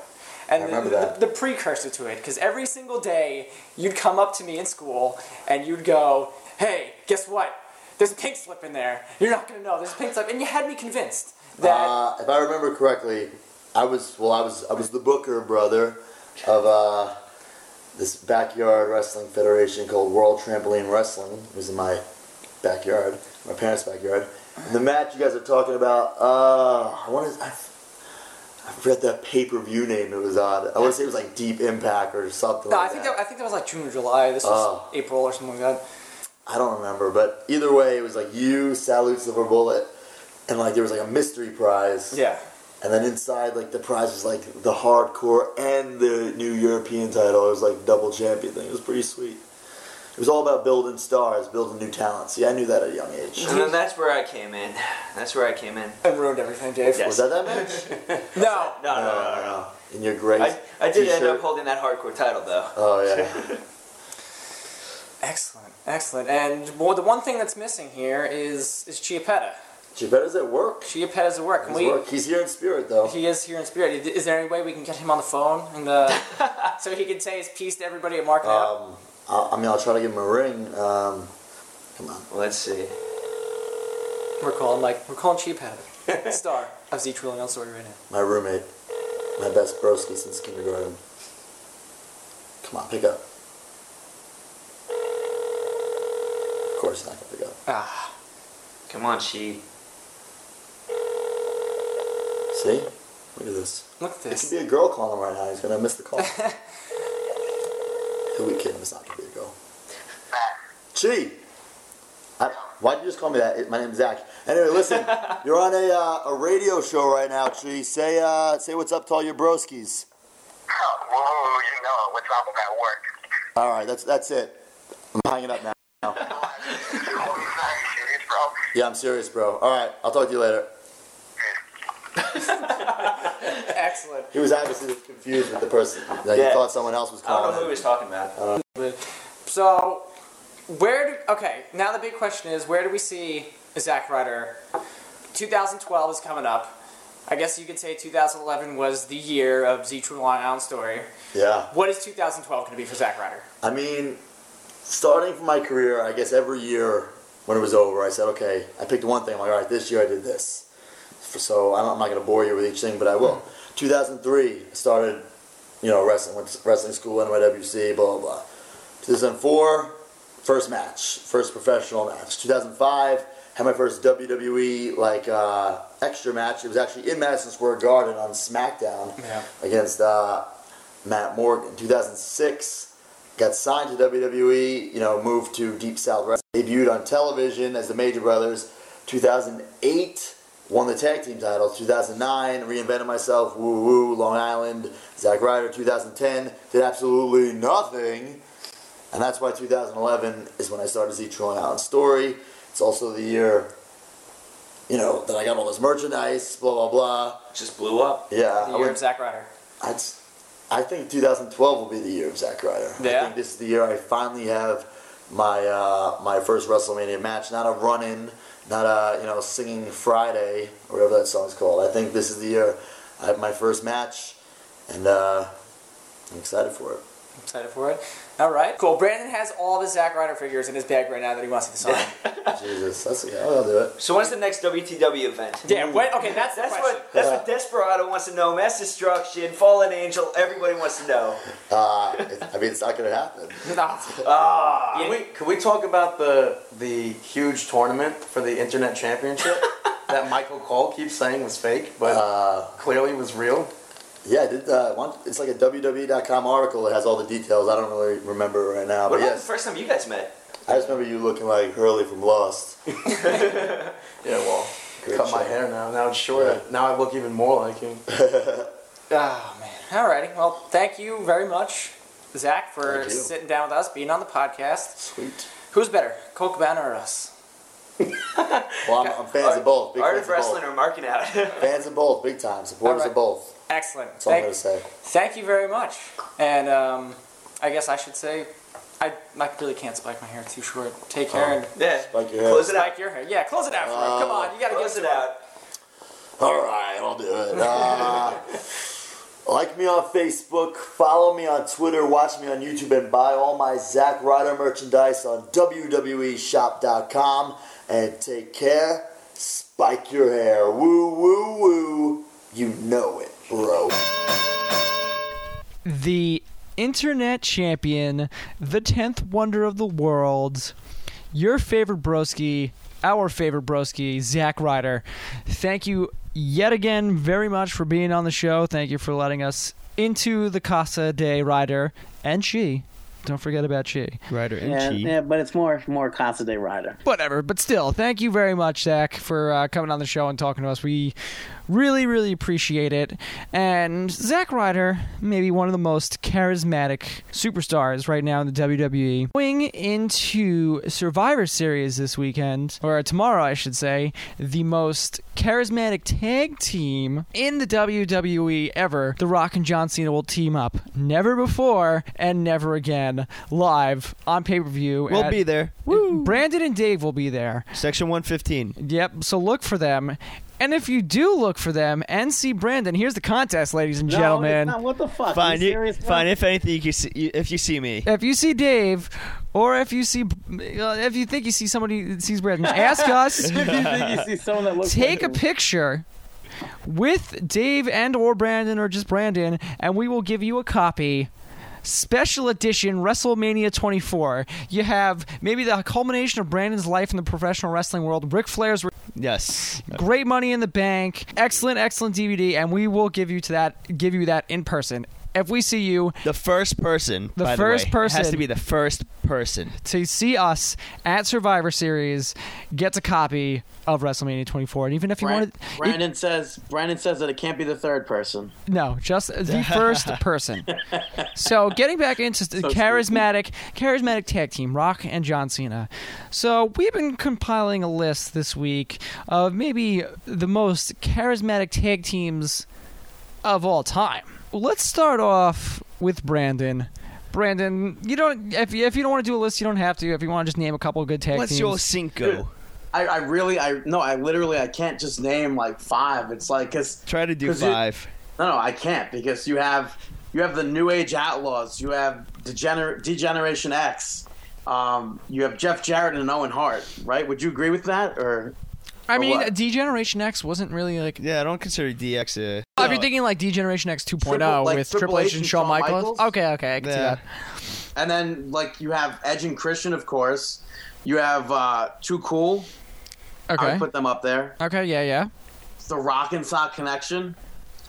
Speaker 2: and
Speaker 5: I
Speaker 2: the,
Speaker 5: remember
Speaker 2: the-
Speaker 5: that.
Speaker 2: the precursor to it. Because every single day you'd come up to me in school and you'd go, "Hey, guess what? There's a pink slip in there. You're not gonna know. There's a pink slip," and you had me convinced that.
Speaker 5: Uh, if I remember correctly, I was well. I was I was the Booker brother of uh, this backyard wrestling federation called World Trampoline Wrestling. It was in my backyard, my parents' backyard. And the match you guys are talking about, uh, I want to. I, I forgot that pay per view name. It was odd. I want to say it was like Deep Impact or something.
Speaker 2: No, I
Speaker 5: like
Speaker 2: think that, I think that was like June or July. This was
Speaker 5: Oh.
Speaker 2: April or something like that.
Speaker 5: I don't remember, but either way, it was like you, Salute Silver Bullet, and like there was like a mystery prize.
Speaker 2: Yeah.
Speaker 5: And then inside, like the prize was like the hardcore and the new European title. It was like double champion thing. It was pretty sweet. It was all about building stars, building new talent. See, I knew that at a young age.
Speaker 7: And then that's where I came in. That's where I came in.
Speaker 2: And ruined everything, Dave.
Speaker 5: Was that that match?
Speaker 2: No.
Speaker 7: No, no, no, no.
Speaker 5: no. In your great.
Speaker 7: I, I did end
Speaker 5: t-shirt.
Speaker 7: up holding that hardcore title though.
Speaker 5: Oh yeah.
Speaker 2: Excellent. Excellent. And well, the one thing that's missing here is is Chiapetta.
Speaker 5: Geppetto's at work.
Speaker 2: Chiapetta's at work. Can
Speaker 5: He's,
Speaker 2: we?
Speaker 5: work. He's here in spirit though.
Speaker 2: He is here in spirit. Is there any way we can get him on the phone and uh, so he can say his piece to everybody at Market Out?
Speaker 5: Um, I, I mean, I'll try to give him a ring. Um, come on.
Speaker 7: Let's see.
Speaker 2: We're calling like we're calling Chiapetta, star of Z Trillion on Story right now.
Speaker 5: My roommate, my best broski since kindergarten. Come on, pick up. Of course, he's not gonna pick up.
Speaker 2: Ah.
Speaker 7: Come on, she.
Speaker 5: See? Look at this.
Speaker 2: Look at
Speaker 5: It could
Speaker 2: this.
Speaker 5: be a girl calling him right now. He's gonna miss the call. Who we kidding? It's not gonna be a girl. Chi. I, why'd you just call me that? It- my name's Zach. Anyway, listen, you're on a, uh, a radio show right now, Chi. Say uh, say what's up to all your broskies.
Speaker 9: Oh, whoa, you know what's up about work.
Speaker 5: All right, that's that's it. I'm hanging up now.
Speaker 9: serious, bro.
Speaker 5: Yeah, I'm serious, bro. All right, I'll talk to you later.
Speaker 2: Excellent.
Speaker 5: He was obviously confused with the person. Like, He
Speaker 7: Yeah.
Speaker 5: thought someone else was
Speaker 7: I don't
Speaker 5: calling.
Speaker 7: know who he
Speaker 5: him.
Speaker 7: was talking about.
Speaker 2: So, where do okay? Now the big question is, where do we see Zack Ryder? 2012 is coming up. I guess you could say 2011 was the year of Z True Long Island Story.
Speaker 5: Yeah.
Speaker 2: What is 2012 going to be for Zack Ryder?
Speaker 5: I mean, starting from my career, I guess every year when it was over, I said, okay, I picked one thing. I'm like, all right, this year I did this. F- So I'm not, I'm not going to bore you with each thing, but I will. 2003, I started, you know, wrestling, went to wrestling school, NYWC, blah, blah, blah. 2004, first match, first professional match. 2005, had my first WWE, like, uh, extra match. It was actually in Madison Square Garden on SmackDown
Speaker 2: Yeah.
Speaker 5: against uh, Matt Morgan. 2006, got signed to WWE, you know, moved to Deep South Wrestling, debuted on television as the Major Brothers. 2008, won the tag team title. 2009, reinvented myself, woo woo, Long Island, Zack Ryder. 2010, did absolutely nothing. And that's why 2011 is when I started Z True Long Island Story. It's also the year, you know, that I got all this merchandise, blah, blah, blah.
Speaker 7: Just blew up.
Speaker 5: Yeah.
Speaker 2: The
Speaker 5: I
Speaker 2: year
Speaker 5: went-
Speaker 2: of Zack Ryder.
Speaker 5: I'd, s- I think 2012 will be the year of Zack Ryder. I
Speaker 2: Yeah?
Speaker 5: think this is the year I finally have my uh, my first WrestleMania match. Not a run-in, not a you know singing Friday or whatever that song's called. I think this is the year I have my first match, and uh, I'm excited for it.
Speaker 2: Excited for it. All right. Cool. Brandon has all the Zack Ryder figures in his bag right now that he wants to sign.
Speaker 5: Jesus, that's yeah, I'll do it.
Speaker 7: So when's the next WTW event?
Speaker 2: yeah. What, okay. That's
Speaker 7: That's
Speaker 2: the question.
Speaker 7: what that's what Desperado wants to know. Mass Destruction, Fallen Angel. Everybody wants to know.
Speaker 5: Uh, it- I mean, it's not gonna happen.
Speaker 2: No.
Speaker 7: Ah,
Speaker 8: Can we, can we talk about the the huge tournament for the internet championship that Michael Cole keeps saying was fake, but
Speaker 5: Uh,
Speaker 8: clearly was real?
Speaker 5: yeah, I did uh, one. It's like a WWE.com article. It has all the details. I don't really remember right now,
Speaker 7: what
Speaker 5: but
Speaker 7: about
Speaker 5: yes,
Speaker 7: the first time you guys met?
Speaker 5: I just remember you looking like Hurley from Lost.
Speaker 8: Yeah, well,
Speaker 5: Great
Speaker 8: cut my
Speaker 5: show.
Speaker 8: hair now. Now it's shorter. Now I look even more like him.
Speaker 2: Oh man. All righty. Well, thank you very much, Zach, for
Speaker 5: Thank you.
Speaker 2: sitting down with us, being on the podcast.
Speaker 5: Sweet.
Speaker 2: Who's better, Cole Cabana or us?
Speaker 5: Well, I'm, I'm fans of both. Big
Speaker 7: Art
Speaker 5: fans
Speaker 7: of Wrestling
Speaker 5: Of
Speaker 7: or Marking Out?
Speaker 5: both. Fans of both, big time. Supporters
Speaker 2: Alright.
Speaker 5: of both.
Speaker 2: Excellent.
Speaker 5: That's all I'm
Speaker 2: Thank,
Speaker 5: gonna say.
Speaker 2: thank you very much. And um, I guess I should say, I, I really can't spike my hair too short. Take care and
Speaker 7: Oh. yeah.
Speaker 5: Like your
Speaker 7: Close
Speaker 5: head.
Speaker 7: it out.
Speaker 2: spike your hair. Yeah, close it out for him. Come on, you gotta
Speaker 7: Close
Speaker 2: get
Speaker 7: it out.
Speaker 5: All right, I'll do it. Uh, like me on Facebook, follow me on Twitter, watch me on YouTube, and buy all my Zack Ryder merchandise on E WWEshop.com. And take care. Spike your hair. Woo, woo, woo. You know it, bro.
Speaker 10: the internet champion, the 10th wonder of the world, your favorite broski, our favorite broski, Zach Ryder. Thank you yet again very much for being on the show. Thank you for letting us into the Casa de Ryder and she. Don't forget about she.
Speaker 3: Ryder and
Speaker 4: Yeah,
Speaker 3: Chi.
Speaker 4: yeah, but it's more more Casa de Rider.
Speaker 10: Whatever, but still, thank you very much, Zach, for uh, coming on the show and talking to us. We really, really appreciate it. And Zack Ryder, maybe one of the most charismatic superstars right now in the WWE, going into Survivor Series this weekend, or tomorrow, I should say, the most charismatic tag team in the WWE ever. The Rock and John Cena will team up. Never before and never again. Live on pay per view.
Speaker 3: We'll be there.
Speaker 10: Brandon and Dave will be there.
Speaker 3: Section 115.
Speaker 10: Yep, so look for them. And if you do look for them and see Brandon, here's the contest, ladies and gentlemen.
Speaker 4: what the fuck?
Speaker 3: Fine,
Speaker 4: you
Speaker 3: you,
Speaker 4: serious?
Speaker 3: fine. If anything, you can see, you- if you see me,
Speaker 10: If you see Dave, or if you see, uh, if you think you see somebody that sees Brandon, ask us.
Speaker 4: you see someone that looks
Speaker 10: take a
Speaker 4: like
Speaker 10: picture with Dave and or Brandon or just Brandon, and we will give you a copy. Special edition WrestleMania 24. You have maybe the culmination of Brandon's life in the professional wrestling world, Ric Flair's
Speaker 3: yes.
Speaker 10: great money in the bank excellent excellent dvd and we will give you to that give you that in person if we see you,
Speaker 3: The first person.
Speaker 10: The
Speaker 3: by
Speaker 10: first
Speaker 3: way.
Speaker 10: person.
Speaker 3: It has to be the first person.
Speaker 10: to see us at Survivor Series gets a copy of WrestleMania 24. And even if you
Speaker 4: Bran-
Speaker 10: wanted,
Speaker 4: Brandon says Brandon says that it can't be the third person.
Speaker 10: no, just the first person. So getting back into the charismatic, charismatic tag team, Rock and John Cena. So we've been compiling a list this week of maybe the most charismatic tag teams of all time. Let's start off with Brandon. Brandon, you don't if you, if you don't want to do a list, you don't have to. If you want to just name a couple of good tag
Speaker 3: What's
Speaker 10: teams,
Speaker 3: your cinco?
Speaker 4: I, I really I no I literally I can't just name like five. It's like because
Speaker 3: Try to do
Speaker 4: 'Cause you-
Speaker 3: five.
Speaker 4: no no I can't because you have you have the New Age Outlaws. You have Degener- Degeneration X. Um, you have Jeff Jarrett and Owen Hart. Right? Would you agree with that or?
Speaker 10: I
Speaker 4: or
Speaker 10: mean,
Speaker 4: what?
Speaker 10: Degeneration X wasn't really like.
Speaker 3: Yeah, I don't consider DX a.
Speaker 10: Oh, if you're thinking like Degeneration X 2.0
Speaker 4: Triple- like
Speaker 10: with
Speaker 4: Triple
Speaker 10: Triple H, and Shawn Michaels.
Speaker 4: Michaels?
Speaker 10: Okay, okay, I can see
Speaker 3: Yeah.
Speaker 10: that.
Speaker 4: And then like you have Edge and Christian, of course. You have uh, Too Cool. I
Speaker 10: Okay,
Speaker 4: would put them up there.
Speaker 10: okay, yeah, yeah.
Speaker 4: The Rock and Sock Connection.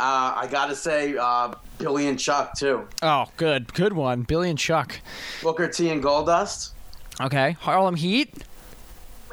Speaker 4: Uh, I gotta say uh, Billy and Chuck too.
Speaker 10: Oh, good, good one. Billy and Chuck.
Speaker 4: Booker T and Goldust.
Speaker 10: Okay, Harlem Heat.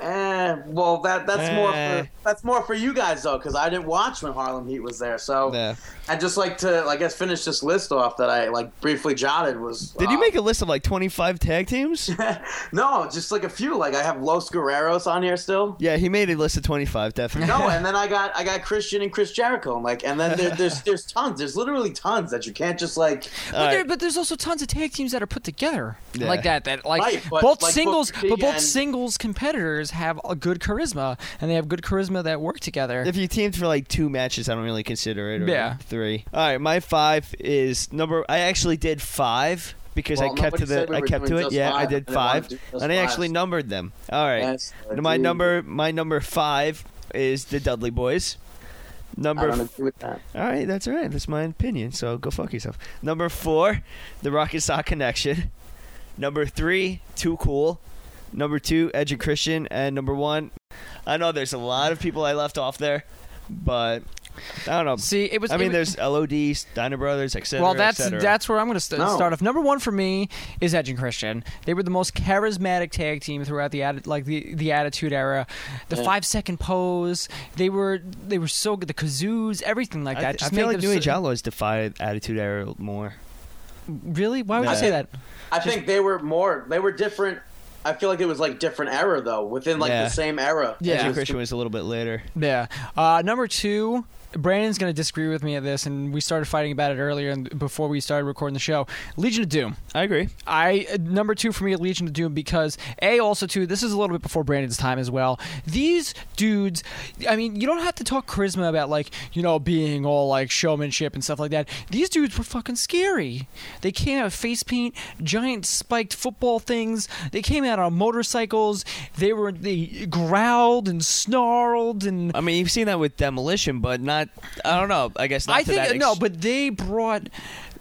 Speaker 4: Eh, well, that that's more
Speaker 3: Eh.
Speaker 4: for that's more for you guys though, because I didn't watch when Harlem Heat was there. So
Speaker 3: Yeah.
Speaker 4: I'd just like to, I guess, finish this list off that I like briefly jotted. Was
Speaker 3: Did
Speaker 4: uh,
Speaker 3: you make a list of like 25 tag teams?
Speaker 4: no, just like a few. Like I have Los Guerreros on here still.
Speaker 3: yeah, he made a list of 25, definitely.
Speaker 4: No, and then I got I got Christian and Chris Jericho, and like, and then there, there's there's tons. There's literally tons that you can't just like.
Speaker 10: But, there,
Speaker 3: right.
Speaker 10: but there's also tons of tag teams that are put together
Speaker 3: Yeah.
Speaker 10: like that. That like
Speaker 4: Right, but,
Speaker 10: both
Speaker 4: like,
Speaker 10: singles,
Speaker 4: Booker T
Speaker 10: but both
Speaker 4: and-
Speaker 10: singles competitors have a good charisma, and they have good charisma that work together.
Speaker 3: If you teamed for like two matches, I don't really consider it. Or
Speaker 10: Yeah.
Speaker 3: Three. All right, my five is number. I actually did five because
Speaker 4: Well,
Speaker 3: I kept
Speaker 4: nobody
Speaker 3: to the.
Speaker 4: said we
Speaker 3: I
Speaker 4: were
Speaker 3: kept
Speaker 4: doing
Speaker 3: to it.
Speaker 4: just
Speaker 3: Yeah, I
Speaker 4: five.
Speaker 3: did
Speaker 4: I didn't wanna
Speaker 3: five,
Speaker 4: do
Speaker 3: and
Speaker 4: just
Speaker 3: I actually
Speaker 4: fives.
Speaker 3: numbered them. All right.
Speaker 4: Yes, I
Speaker 3: my
Speaker 4: do.
Speaker 3: number. My number five is the Dudley Boys.
Speaker 4: I
Speaker 3: Number.
Speaker 4: don't
Speaker 3: f-
Speaker 4: agree with that.
Speaker 3: all right, that's all right. That's my opinion. So go fuck yourself. Number four, the Rocket Sock Connection. Number three, Too Cool. Number two, Edge and Christian, and number one. I know there's a lot of people I left off there, but I don't know.
Speaker 10: See, it was.
Speaker 3: I
Speaker 10: it
Speaker 3: mean,
Speaker 10: was-
Speaker 3: there's LOD, Steiner Brothers, etc.
Speaker 10: Well, that's
Speaker 3: et cetera.
Speaker 10: that's where I'm going to st-
Speaker 4: No.
Speaker 10: start off. Number one for me is Edge and Christian. They were the most charismatic tag team throughout the atti- like the, the Attitude Era. The five second pose, they were they were so good. The kazoos, everything like
Speaker 3: I,
Speaker 10: that.
Speaker 3: I
Speaker 10: Just
Speaker 3: feel
Speaker 10: made
Speaker 3: like
Speaker 10: them
Speaker 3: New Age
Speaker 10: so-
Speaker 3: Outlaws defy Attitude Era more.
Speaker 10: Really? Why would you
Speaker 3: Yeah.
Speaker 10: say that?
Speaker 4: I think they were more. They were different. I feel like it was like different era though, within like
Speaker 3: Yeah.
Speaker 4: the same era.
Speaker 10: Yeah.
Speaker 3: Edge and Christian was a little bit later.
Speaker 10: Yeah. Uh, number two, Brandon's going to disagree with me at this, and we started fighting about it earlier and before we started recording the show. Legion of Doom.
Speaker 3: I agree.
Speaker 10: I uh, number two for me, Legion of Doom, because a also too. This is a little bit before Brandon's time as well. These dudes, I mean, you don't have to talk charisma about like you know being all like showmanship and stuff like that. These dudes were fucking scary. They came out of face paint, giant spiked football things. They came out on motorcycles. They were they growled and snarled and.
Speaker 3: I mean, you've seen that with Demolition, but not. I don't know. I guess not
Speaker 10: I
Speaker 3: to that
Speaker 10: think no,
Speaker 3: ex-
Speaker 10: but they brought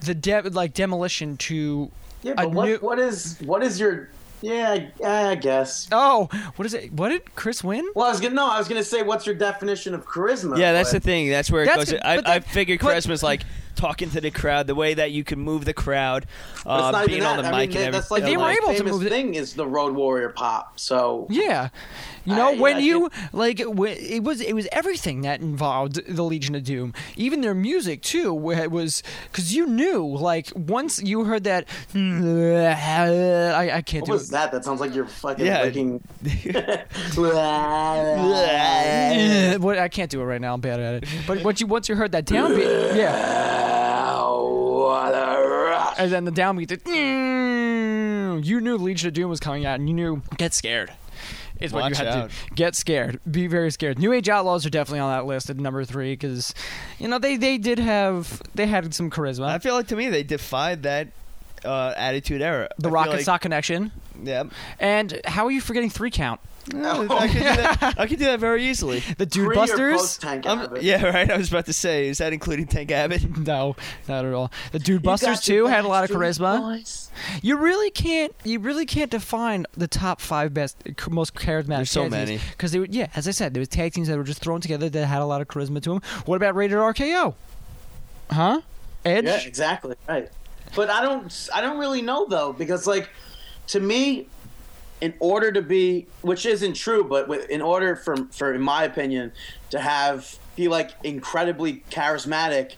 Speaker 10: the de- like demolition to
Speaker 4: Yeah,
Speaker 10: a
Speaker 4: but what,
Speaker 10: new-
Speaker 4: what is what is your? Yeah, I, I guess.
Speaker 10: oh, what is it? What did Chris win?
Speaker 4: Well, I was gonna no, I was gonna say, what's your definition of charisma?
Speaker 3: Yeah, that's the
Speaker 4: but-
Speaker 3: thing. That's where it
Speaker 10: Oh, That's
Speaker 3: goes.
Speaker 10: good,
Speaker 3: I,
Speaker 10: but
Speaker 3: I
Speaker 10: that-
Speaker 3: figured
Speaker 10: but-
Speaker 3: Christmas like talking to the crowd, the way that you can move the crowd,
Speaker 4: but
Speaker 3: uh,
Speaker 4: it's not
Speaker 3: being
Speaker 4: even
Speaker 3: on
Speaker 4: that.
Speaker 3: the
Speaker 4: I
Speaker 3: mic
Speaker 4: mean,
Speaker 3: and
Speaker 4: that's like
Speaker 3: everything.
Speaker 10: They
Speaker 4: the
Speaker 10: were
Speaker 4: most
Speaker 10: able to
Speaker 4: famous
Speaker 10: move it.
Speaker 4: thing is the Road Warrior pop. So
Speaker 10: Yeah, you
Speaker 4: I-
Speaker 10: know
Speaker 4: yeah,
Speaker 10: when
Speaker 4: I
Speaker 10: you like when, it was it was everything that involved the Legion of Doom, even their music too. where It was because you knew like once you heard that hmm, I, I can't
Speaker 4: what
Speaker 10: do
Speaker 4: was
Speaker 10: it.
Speaker 4: that? That sounds like you're fucking
Speaker 3: Yeah.
Speaker 4: licking.
Speaker 10: Eh, What I can't do it right now. I'm bad at it. But once you once you heard that downbeat, yeah,
Speaker 4: what a rush.
Speaker 10: and then the downbeat, the, you knew Legion of Doom was coming out, and you knew get scared. Is what
Speaker 3: Watch
Speaker 10: you had
Speaker 3: out.
Speaker 10: to do. get scared. Be very scared. New Age Outlaws are definitely on that list at number three because, you know, they they did have they had some
Speaker 3: I
Speaker 10: charisma.
Speaker 3: feel like to me they defied that uh, attitude era.
Speaker 10: The
Speaker 3: I feel
Speaker 10: Rocket
Speaker 3: like,
Speaker 10: Sock Connection,
Speaker 3: Yeah,
Speaker 10: and how are you forgetting Three Count?
Speaker 3: No,
Speaker 10: Oh,
Speaker 3: I could do that. I could do that very easily.
Speaker 10: The Dude
Speaker 4: Pre or
Speaker 10: Busters. Um,
Speaker 4: post-tank
Speaker 3: I'm-
Speaker 4: habit?
Speaker 3: yeah, right. I was about to say, is that including Tank Abbott?
Speaker 10: No, not at all. The Dude Busters too had a lot of charisma. You really can't. You really can't define the top five best, most charismatic.
Speaker 3: There's so many.
Speaker 10: because they were. Yeah, as I said, there was tag teams that were just thrown together that had a lot of charisma to them. What about Rated RKO? Huh? Edge.
Speaker 4: Yeah, exactly right. But I don't, I don't really know though because like, to me, in order to be, which isn't true, but with, in order for, for in my opinion, to have be like incredibly charismatic,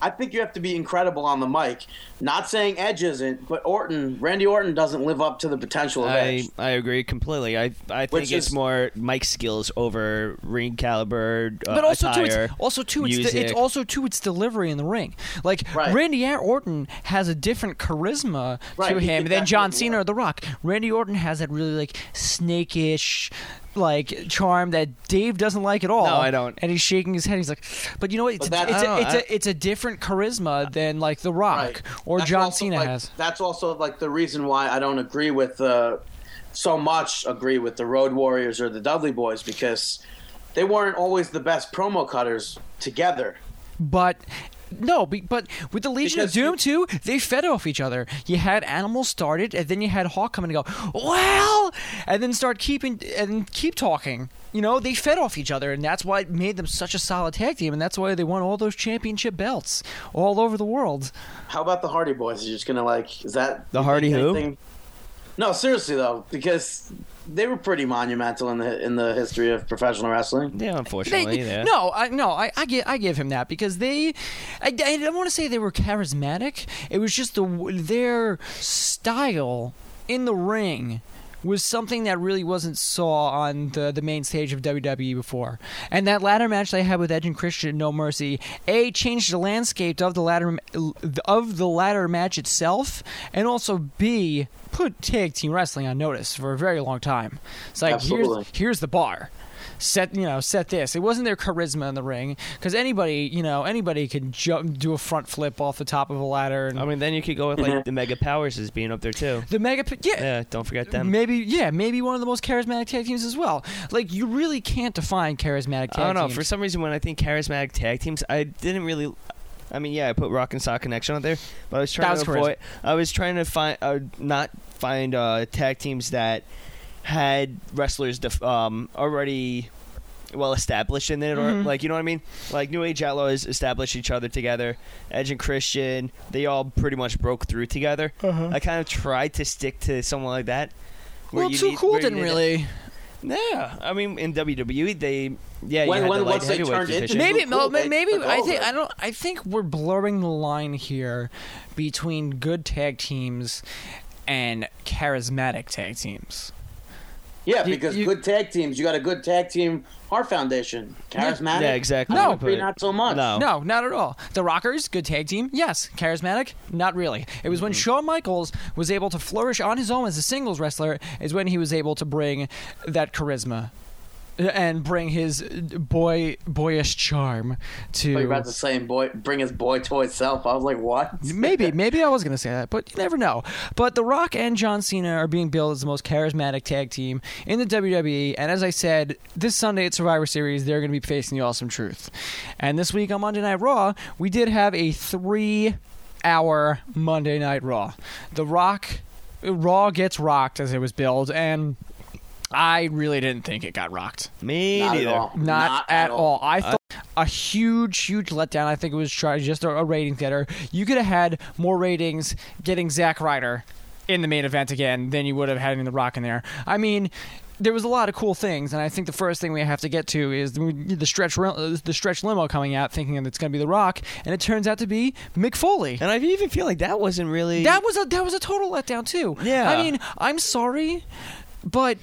Speaker 4: I think you have to be incredible on the mic. Not saying Edge isn't, but Orton, Randy Orton doesn't live up to the potential of
Speaker 3: I,
Speaker 4: Edge.
Speaker 3: I agree completely. I I think
Speaker 4: Which
Speaker 3: it's
Speaker 4: is-
Speaker 3: more mic skills over ring caliber. Uh,
Speaker 10: but also too,
Speaker 3: attire,
Speaker 10: it's, also too, it's, the, it's
Speaker 3: music.
Speaker 10: also too, it's delivery in the ring. Like
Speaker 4: Right.
Speaker 10: Randy Orton has a different charisma
Speaker 4: Right,
Speaker 10: to
Speaker 4: he
Speaker 10: him
Speaker 4: could
Speaker 10: than John
Speaker 4: definitely
Speaker 10: Cena or The Rock. Randy Orton has that really like snakish, like charm that Dave doesn't like at all.
Speaker 3: No, I don't.
Speaker 10: And he's shaking his head. He's like, but you know what? It's, a,
Speaker 4: But that-
Speaker 10: it's,
Speaker 4: I
Speaker 10: a,
Speaker 3: don't know,
Speaker 10: it's, a, it's a different charisma than like The Rock
Speaker 4: Right.
Speaker 10: or
Speaker 4: That's
Speaker 10: John
Speaker 4: also,
Speaker 10: Cena
Speaker 4: like-
Speaker 10: has.
Speaker 4: That's also like the reason why I don't agree with uh, so much agree with the Road Warriors or the Dudley Boys because they weren't always the best promo cutters together.
Speaker 10: But no, be- but with the Legion of
Speaker 4: Because
Speaker 10: Doom too, they fed off each other. You had Animal started, and then you had Hawk come in and go, well, and then start keeping and keep talking. You know, they fed off each other, and that's why it made them such a solid tag team, and that's why they won all those championship belts all over the world.
Speaker 4: How about the Hardy Boys? Are you just gonna like is that
Speaker 3: The Hardy who?
Speaker 4: anything- No, seriously though, because they were pretty monumental in the in the history of professional wrestling.
Speaker 3: yeah,
Speaker 10: They-
Speaker 3: unfortunately, yeah.
Speaker 10: No, I no, I I, give, I give him that because they, I, I don't want to say they were charismatic. It was just the w- their style in the ring was something that really wasn't saw on the, the main stage of WWE before. And that ladder match they had with Edge and Christian at No Mercy, A changed the landscape of the ladder of the ladder match itself and also B put tag team wrestling on notice for a very long time. It's like
Speaker 4: Absolutely.
Speaker 10: here's here's the bar set you know set this it wasn't their charisma in the ring because anybody you know anybody can jump do a front flip off the top of a ladder and
Speaker 3: I mean, then you could go with like the Mega Powers as being up there too.
Speaker 10: the mega yeah,
Speaker 3: Yeah, Eh, don't forget them.
Speaker 10: maybe yeah maybe one of the most charismatic tag teams as well like you really can't define charismatic tag
Speaker 3: I don't know.
Speaker 10: teams
Speaker 3: For some reason, when I think charismatic tag teams, I didn't really. I mean, yeah, I put Rock and Sock Connection on there, but I was trying
Speaker 10: was
Speaker 3: to
Speaker 10: charisma.
Speaker 3: avoid. I was trying to find, uh, not find uh, tag teams that had wrestlers def- um, already well established in it, or
Speaker 10: Mm-hmm.
Speaker 3: like you know what I mean. Like New Age Outlaws established each other together. Edge and Christian, they all pretty much broke through together.
Speaker 10: Uh-huh.
Speaker 3: I kind of tried to stick to someone like that. where
Speaker 10: well
Speaker 3: you
Speaker 10: too
Speaker 3: need-
Speaker 10: cool
Speaker 3: where you
Speaker 10: didn't
Speaker 3: need-
Speaker 10: really
Speaker 3: yeah, I mean in WWE they yeah
Speaker 4: When-
Speaker 3: you had
Speaker 4: when-
Speaker 3: the light
Speaker 4: once they
Speaker 3: heavyweight
Speaker 4: turned into-
Speaker 3: division.
Speaker 10: maybe
Speaker 4: Too cool,
Speaker 10: ma-
Speaker 4: they
Speaker 10: maybe
Speaker 4: took
Speaker 10: I think
Speaker 4: over.
Speaker 10: I don't I think we're blurring the line here between good tag teams and charismatic tag teams
Speaker 4: Yeah,
Speaker 10: You-
Speaker 4: because
Speaker 10: you-
Speaker 4: good tag teams, you got a good tag team Heart Foundation. Charismatic.
Speaker 3: yeah exactly
Speaker 10: No,
Speaker 3: You put
Speaker 4: Maybe
Speaker 3: it-
Speaker 4: not so much.
Speaker 3: no
Speaker 10: No, not at all. The Rockers, good tag team. Yes, charismatic. Not really. It was when Shawn Michaels was able to flourish on his own as a singles wrestler, is when he was able to bring that charisma uh, and bring his boy boyish charm
Speaker 4: But you're about to
Speaker 10: to.
Speaker 4: say boy bring his boy toy self. I was like, what?
Speaker 10: Maybe, maybe I was going to say that, but you never know. But The Rock and John Cena are being billed as the most charismatic tag team in the WWE. And as I said, this Sunday at Survivor Series, they're going to be facing the awesome truth. And this week on Monday Night Raw, we did have a three hour Monday Night Raw. The Rock, Raw gets rocked as it was billed, and I really didn't think it got rocked.
Speaker 3: me
Speaker 4: Not
Speaker 3: neither
Speaker 4: at all.
Speaker 10: Not, at, all. I thought a huge, huge letdown. I think it was try- just a, a rating getter. You could have had more ratings getting Zack Ryder in the main event again than you would have had in The Rock in there. I mean. There was a lot of cool things, and I think the first thing we have to get to is the the stretch rel- uh, the stretch limo coming out, thinking that it's going to be The Rock, and it turns out to be Mick Foley.
Speaker 3: and I even feel like that wasn't really
Speaker 10: That was a that was a total letdown too.
Speaker 3: Yeah.
Speaker 10: I mean, I'm sorry, but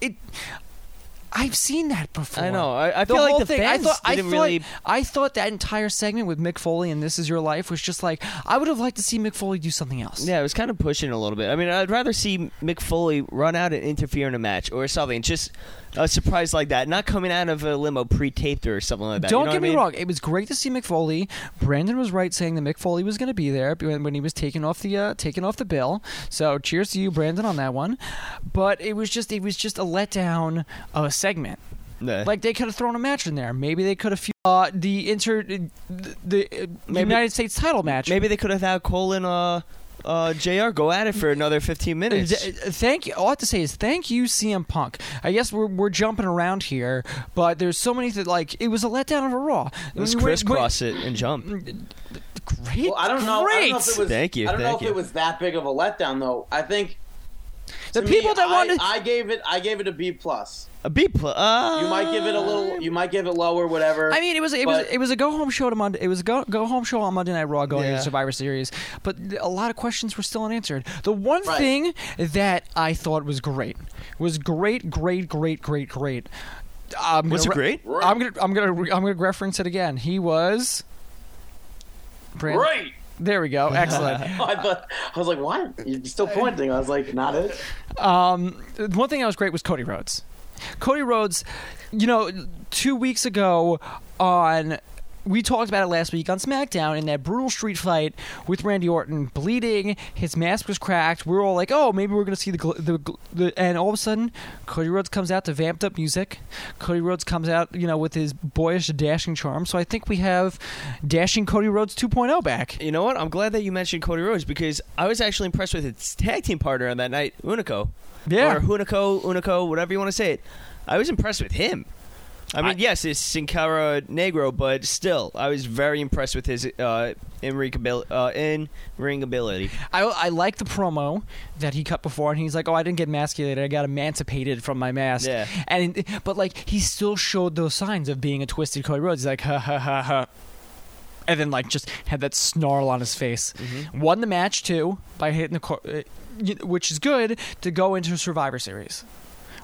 Speaker 10: it. I've seen that before.
Speaker 3: I know. I- I feel like
Speaker 10: whole
Speaker 3: the fans
Speaker 10: I thought, I
Speaker 3: didn't
Speaker 10: thought,
Speaker 3: really-
Speaker 10: I thought that entire segment with Mick Foley and "This Is Your Life" was just like I would have liked to see Mick Foley do something else.
Speaker 3: yeah it was kind of pushing a little bit I mean I'd rather see Mick Foley run out and interfere in a match or something just a surprise like that not coming out of a limo pre-taped or something like that
Speaker 10: Don't
Speaker 3: you know what
Speaker 10: get
Speaker 3: I
Speaker 10: me
Speaker 3: mean?
Speaker 10: wrong. It was great to see Mick Foley. Brandon was right saying that Mick Foley was going to be there when when he was taking off the uh, taking off the bill. So cheers to you, Brandon, on that one. But it was just it was just a letdown of a segment.
Speaker 3: Yeah.
Speaker 10: Like they could have thrown a match in there. Maybe they could have uh, the inter the, the uh, United States title match.
Speaker 3: maybe they could have had Cole and uh uh Jr go at it for another 15 minutes
Speaker 10: Th- uh, Thank you. All I have to say is thank you, CM Punk. I guess we're, we're jumping around here, but there's so many that like it was a letdown of a Raw.
Speaker 3: let's
Speaker 10: We- we-
Speaker 3: crisscross it and jump
Speaker 10: Great.
Speaker 4: Well, I don't know. I don't know if it
Speaker 10: great.
Speaker 4: was,
Speaker 3: Thank you,
Speaker 4: I don't know
Speaker 3: thank
Speaker 4: if
Speaker 3: you.
Speaker 4: it was that big of a letdown, though. I think
Speaker 10: the
Speaker 4: to
Speaker 10: people
Speaker 4: me,
Speaker 10: that
Speaker 4: I,
Speaker 10: wanted.
Speaker 4: I gave it. I gave it a B plus.
Speaker 3: A B plus. Uh,
Speaker 4: You might give it a little. You might give it lower. Whatever.
Speaker 10: I mean, it was it was
Speaker 4: But-
Speaker 10: it was a go home show to Monday. It was a go go home show on Monday Night Raw going
Speaker 3: Yeah.
Speaker 10: into Survivor Series, but th- a lot of questions were still unanswered. The one
Speaker 4: Right.
Speaker 10: thing that I thought was great was great, great, great, great, great. I'm
Speaker 3: Was
Speaker 10: gonna
Speaker 3: it great?
Speaker 10: I'm gonna I'm gonna re- I'm gonna reference it again. He was. Brand-
Speaker 4: Great.
Speaker 10: There we go. Excellent.
Speaker 4: I thought I was like, what? You're still pointing. I was like, not it.
Speaker 10: Um, one thing that was great was Cody Rhodes. Cody Rhodes, you know, two weeks ago on. We talked about it last week on SmackDown in that brutal street fight with Randy Orton, bleeding. His mask was cracked. We were all like, "Oh, maybe we're gonna see the gl- the, gl- the." And all of a sudden, Cody Rhodes comes out to vamped up music. Cody Rhodes comes out, you know, with his boyish dashing charm. So I think we have dashing Cody Rhodes 2.0 back.
Speaker 3: You know what? I'm glad that you mentioned Cody Rhodes because I was actually impressed with his tag team partner on that night, Unico.
Speaker 10: Yeah.
Speaker 3: Or Hunico, Unico, whatever you want to say it. I was impressed with him. I mean, yes, it's Sincara Negro, but still, I was very impressed with his uh, in-ring, abil- uh, in-ring ability.
Speaker 10: I, I like the promo that he cut before, and he's like, "Oh, I didn't get emasculated. I got emancipated from my mask."
Speaker 3: Yeah.
Speaker 10: And but like he still showed those signs of being a twisted Cody Rhodes. He's like, "Ha ha ha ha," and then like just had that snarl on his face. Won the match too by hitting the, cor- uh, y- which is good to go into Survivor Series.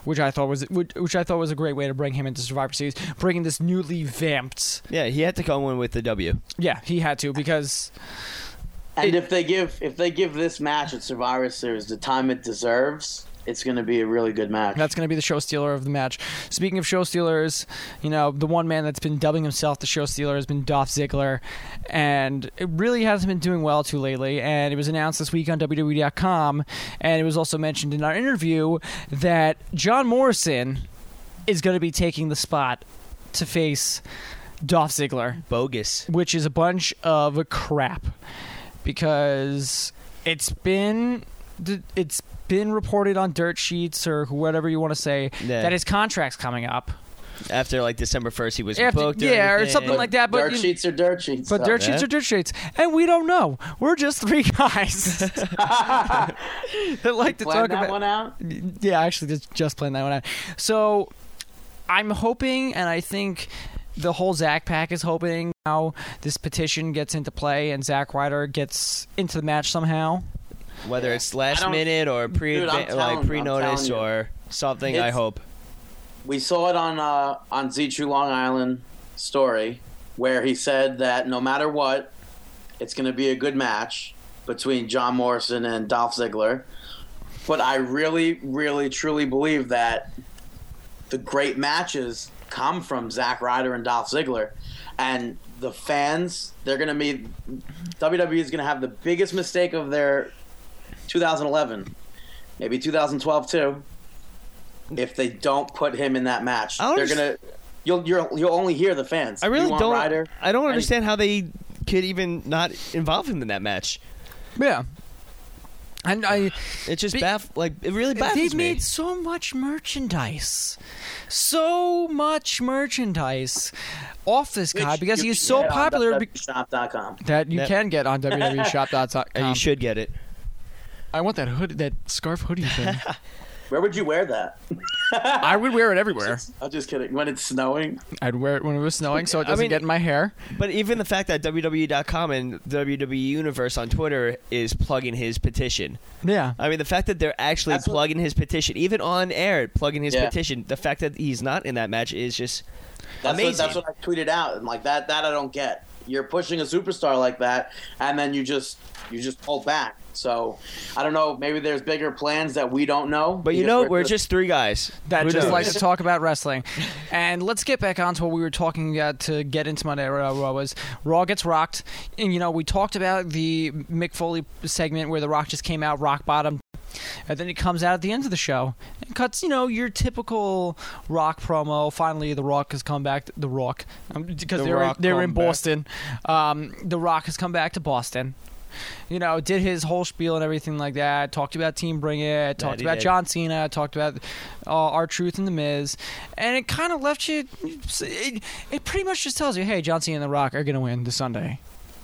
Speaker 10: Which I thought was which which I thought was a great way to bring him into Survivor Series, bringing this newly vamped.
Speaker 3: Yeah, he had to come in with the W.
Speaker 10: Yeah, he had to because
Speaker 4: And if they give if they give this match at Survivor Series the time it deserves, it's going to be a really good match.
Speaker 10: That's going to be the show stealer of the match. Speaking of show stealers, you know, the one man that's been dubbing himself the show stealer has been Dolph Ziggler, and it really hasn't been doing well too lately. And it was announced this week on WWE.com, and it was also mentioned in our interview that John Morrison is going to be taking the spot to face Dolph Ziggler
Speaker 3: Bogus.
Speaker 10: which is a bunch of crap because it's been it's been reported on dirt sheets or whatever you want to say
Speaker 3: Yeah.
Speaker 10: that his contract's coming up
Speaker 3: After like December first, he was
Speaker 10: After-
Speaker 3: booked.
Speaker 10: yeah, or
Speaker 3: everything.
Speaker 10: something like that, but
Speaker 4: dirt
Speaker 10: you-
Speaker 4: sheets are dirt sheets.
Speaker 10: but
Speaker 4: though.
Speaker 10: dirt sheets
Speaker 3: yeah.
Speaker 10: are dirt sheets and we don't know we're just three guys that like to
Speaker 4: Plan
Speaker 10: talk
Speaker 4: that
Speaker 10: about
Speaker 4: one out.
Speaker 10: yeah, I actually, just just playing that one out. So I'm hoping, and I think the whole Zach pack is hoping now this petition gets into play and Zach Ryder gets into the match somehow.
Speaker 3: Whether it's
Speaker 4: I
Speaker 3: last
Speaker 4: don't-
Speaker 3: minute or pre
Speaker 4: Dude, I'm telling-
Speaker 3: like
Speaker 4: I'm
Speaker 3: pre-notice
Speaker 4: telling you.
Speaker 3: or something, I
Speaker 4: It's-
Speaker 3: hope.
Speaker 4: we saw it on uh, on Z True Long Island story where he said that no matter what, it's going to be a good match between John Morrison and Dolph Ziggler. But I really, really, truly believe that the great matches come from Zack Ryder and Dolph Ziggler, and the fans they're going to be WWE is going to have the biggest mistake of their 2011, maybe 2012 too if they don't put him in that match.
Speaker 3: I don't
Speaker 4: They're gonna you'll you'll you'll only hear the fans.
Speaker 3: I really
Speaker 4: you want
Speaker 3: don't.
Speaker 4: Ryder?
Speaker 3: I don't
Speaker 4: And-
Speaker 3: understand how they could even not involve him in that match.
Speaker 10: Yeah. And I,
Speaker 3: It just
Speaker 10: Be-
Speaker 3: baff like it really
Speaker 10: they've
Speaker 3: baffles me.
Speaker 10: made so much merchandise, so much merchandise off this guy
Speaker 4: Which
Speaker 10: because
Speaker 4: you
Speaker 10: he is
Speaker 4: can
Speaker 10: so
Speaker 4: get on
Speaker 10: popular be-
Speaker 4: www.shop.com.
Speaker 10: that you
Speaker 3: That-
Speaker 10: can get on E WWEshop.com.
Speaker 3: and you should get it.
Speaker 10: I want that hood, that scarf hoodie thing.
Speaker 4: Where would you wear that?
Speaker 10: I would wear it everywhere.
Speaker 4: I'm just kidding. When it's snowing,
Speaker 10: I'd wear it when it was snowing so it
Speaker 3: I
Speaker 10: doesn't
Speaker 3: mean-
Speaker 10: get in my hair.
Speaker 3: But even the fact that WWE.com and WWE Universe on Twitter is plugging his petition.
Speaker 10: Yeah.
Speaker 3: I mean, the fact that they're actually
Speaker 4: That's what-
Speaker 3: plugging his petition, even on air, plugging his
Speaker 4: Yeah.
Speaker 3: petition. The fact that he's not in that match is just
Speaker 4: that's what,
Speaker 3: Amazing.
Speaker 4: that's what I tweeted out. And like that, that I don't get. You're pushing a superstar like that, and then you just you just pull back. So I don't know. Maybe there's bigger plans that we don't know.
Speaker 3: But you
Speaker 4: because
Speaker 3: know, we're just three guys.
Speaker 10: That
Speaker 3: Who
Speaker 10: just
Speaker 3: knows?
Speaker 10: like to talk about wrestling. And let's get back on to what we were talking about to get into Monday Night Raw was Raw gets rocked. And, you know, we talked about the Mick Foley segment where The Rock just came out rock bottom. And then he comes out at the end of the show and cuts, you know, your typical rock promo. Finally, The Rock has come back. The Rock. Um, because
Speaker 3: The
Speaker 10: they were,
Speaker 3: Rock
Speaker 10: they were in
Speaker 3: come back.
Speaker 10: Boston. Um, the Rock has come back to Boston. you know, did his whole spiel and everything like that. Talked about Team Bring It. Talked
Speaker 3: he
Speaker 10: about
Speaker 3: did.
Speaker 10: John Cena. Talked about uh, our Truth and the Miz. And it kind of left you. It, it pretty much just tells you, hey, John Cena and The Rock are gonna win this Sunday.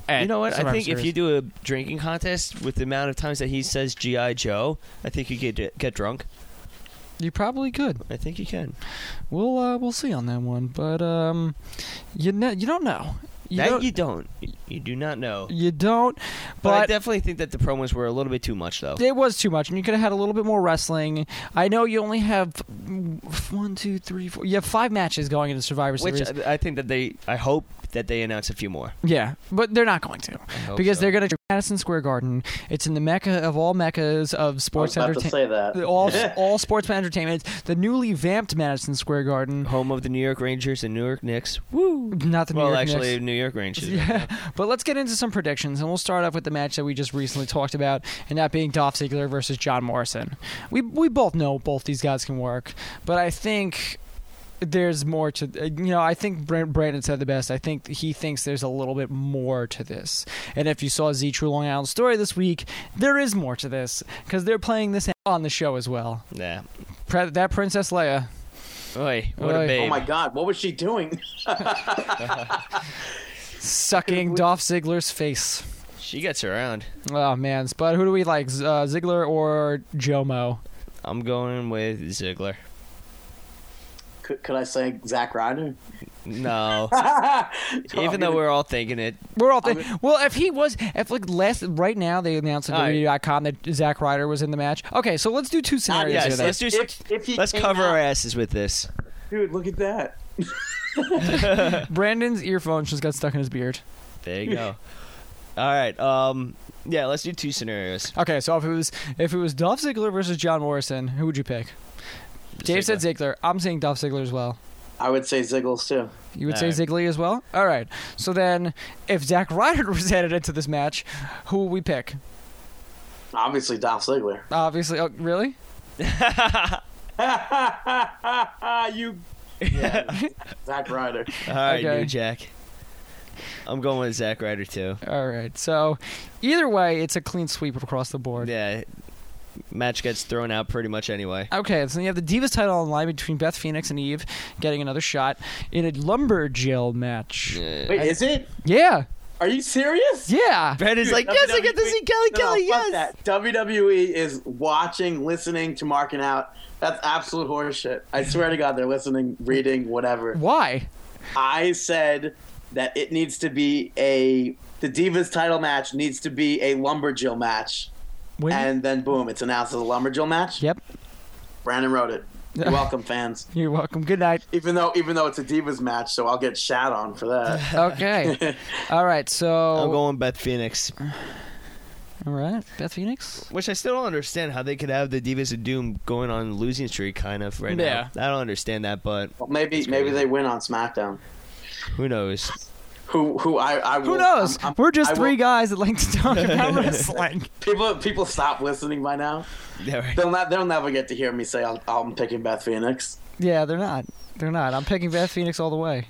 Speaker 10: at
Speaker 3: you know what? I
Speaker 10: Survivor
Speaker 3: think if
Speaker 10: Series.
Speaker 3: you do a drinking contest with the amount of times that he says GI Joe, I think you could get drunk.
Speaker 10: you probably could.
Speaker 3: I think you can.
Speaker 10: We'll uh, we'll see on that one, but um, you know you don't know. You
Speaker 3: that
Speaker 10: don't,
Speaker 3: you don't. You do not know.
Speaker 10: you don't.
Speaker 3: But I
Speaker 10: But,
Speaker 3: definitely think that the promos were a little bit too much, though.
Speaker 10: it was too much, and you could have had a little bit more wrestling. I know you only have mm, one, two, three, four. You have five matches going into Survivor
Speaker 3: Which uh,
Speaker 10: Series.
Speaker 3: I I think that they. I hope that they announce a few more.
Speaker 10: yeah, but they're not going to
Speaker 3: hope
Speaker 10: because
Speaker 3: so.
Speaker 10: they're going to Madison Square Garden. It's in the mecca of all meccas of
Speaker 4: I was
Speaker 10: sports
Speaker 4: about to
Speaker 10: entertainment.
Speaker 4: say that.
Speaker 10: All all sports entertainment. The newly vamped Madison Square Garden.
Speaker 3: Home of the New York Rangers and New York Knicks.
Speaker 10: Woo! Not the New
Speaker 3: well,
Speaker 10: York
Speaker 3: actually,
Speaker 10: Knicks.
Speaker 3: New York Rangers.
Speaker 10: Yeah, but let's get into some predictions, and we'll start off with the match that we just recently talked about, and that being Dolph Ziggler versus John Morrison. We we both know both these guys can work, but I think there's more to uh, you know. I think Brand- Brandon said the best. I think he thinks there's a little bit more to this, and if you saw Z True Long Island story this week, there is more to this because they're playing this on the show as well.
Speaker 3: Nah.
Speaker 10: Pre- that Princess Leia,
Speaker 3: Oi, what
Speaker 10: Oi.
Speaker 3: a babe.
Speaker 4: Oh my God, what was she doing?
Speaker 10: sucking Dolph Ziggler's face.
Speaker 3: She gets around.
Speaker 10: Oh man, but who do we like, Z- uh, Ziggler or Jomo?
Speaker 3: I'm going with Ziggler.
Speaker 4: Could, could I say Zack Ryder?
Speaker 3: No.
Speaker 4: Even
Speaker 3: Even though we're all thinking it.
Speaker 10: We're all thinking. Well, if he was, if like last right now they announced on
Speaker 3: All right. Uh,
Speaker 10: WWE.com that Zack Ryder was in the match. Okay, so let's do two scenarios
Speaker 3: yes,
Speaker 10: here. then.
Speaker 3: let's do some,
Speaker 4: If- if he
Speaker 3: Let's
Speaker 4: came
Speaker 3: cover
Speaker 4: out-
Speaker 3: our asses with this.
Speaker 4: dude, look at that.
Speaker 10: Brandon's earphone just got stuck in his beard.
Speaker 3: There you go. all right. Um. Yeah, let's do two scenarios.
Speaker 10: Okay, so if it was if it was Dolph Ziggler versus John Morrison, who would you pick? Dave said Ziggler. I'm saying Dolph Ziggler as well.
Speaker 4: I would say Ziggles too.
Speaker 10: You would
Speaker 3: All
Speaker 10: say
Speaker 3: right.
Speaker 10: Ziggler as well. All right. So then, if Zack Ryder was added into this match, who would we pick?
Speaker 4: Obviously, Dolph Ziggler.
Speaker 10: Obviously, oh, really?
Speaker 4: Ah, you. Zack Ryder.
Speaker 3: All right,
Speaker 10: Okay.
Speaker 3: New Jack. I'm going with Zack Ryder too.
Speaker 10: All right. So, either way, it's a clean sweep across the board.
Speaker 3: Yeah. Match gets thrown out pretty much anyway.
Speaker 10: Okay, so you have the Divas title on the line between Beth Phoenix and Eve getting another shot in a lumberjill match. Yeah.
Speaker 4: Wait, is it?
Speaker 10: Yeah.
Speaker 4: Are you serious?
Speaker 3: Brad is like, yes, I get to see Kelly
Speaker 4: No,
Speaker 3: Kelly.
Speaker 4: fuck
Speaker 3: Yes.
Speaker 4: that. WWE is watching, listening to marking out. That's absolute horseshit. I swear to God, they're listening, reading, whatever.
Speaker 10: Why?
Speaker 4: I said that it needs to be a the Divas title match needs to be a lumberjill match,
Speaker 10: When
Speaker 4: and then boom, it's announced as a lumberjill match.
Speaker 10: Yep.
Speaker 4: Brandon wrote it. You're welcome, fans.
Speaker 10: You're welcome. Good night.
Speaker 4: Even though even though it's a Divas match, so I'll get shat on for that.
Speaker 10: Okay. All right, so.
Speaker 3: I'm going Beth Phoenix,
Speaker 10: All right. Beth Phoenix?
Speaker 3: which I still don't understand how they could have the Divas of Doom going on losing streak kind of right
Speaker 10: Yeah.
Speaker 3: now. I don't understand that, but
Speaker 4: Well, maybe maybe they win on SmackDown.
Speaker 3: who knows?
Speaker 4: Who who I, I will,
Speaker 10: Who knows?
Speaker 4: I'm- I'm-
Speaker 10: We're just
Speaker 4: I
Speaker 10: three
Speaker 4: will-
Speaker 10: guys that like to talk about wrestling.
Speaker 4: People people stop listening by now.
Speaker 3: Yeah, right.
Speaker 4: They'll not they'll never get to hear me say I'm, I'm picking Beth Phoenix.
Speaker 10: Yeah, they're not. They're not. I'm picking Beth Phoenix all the way.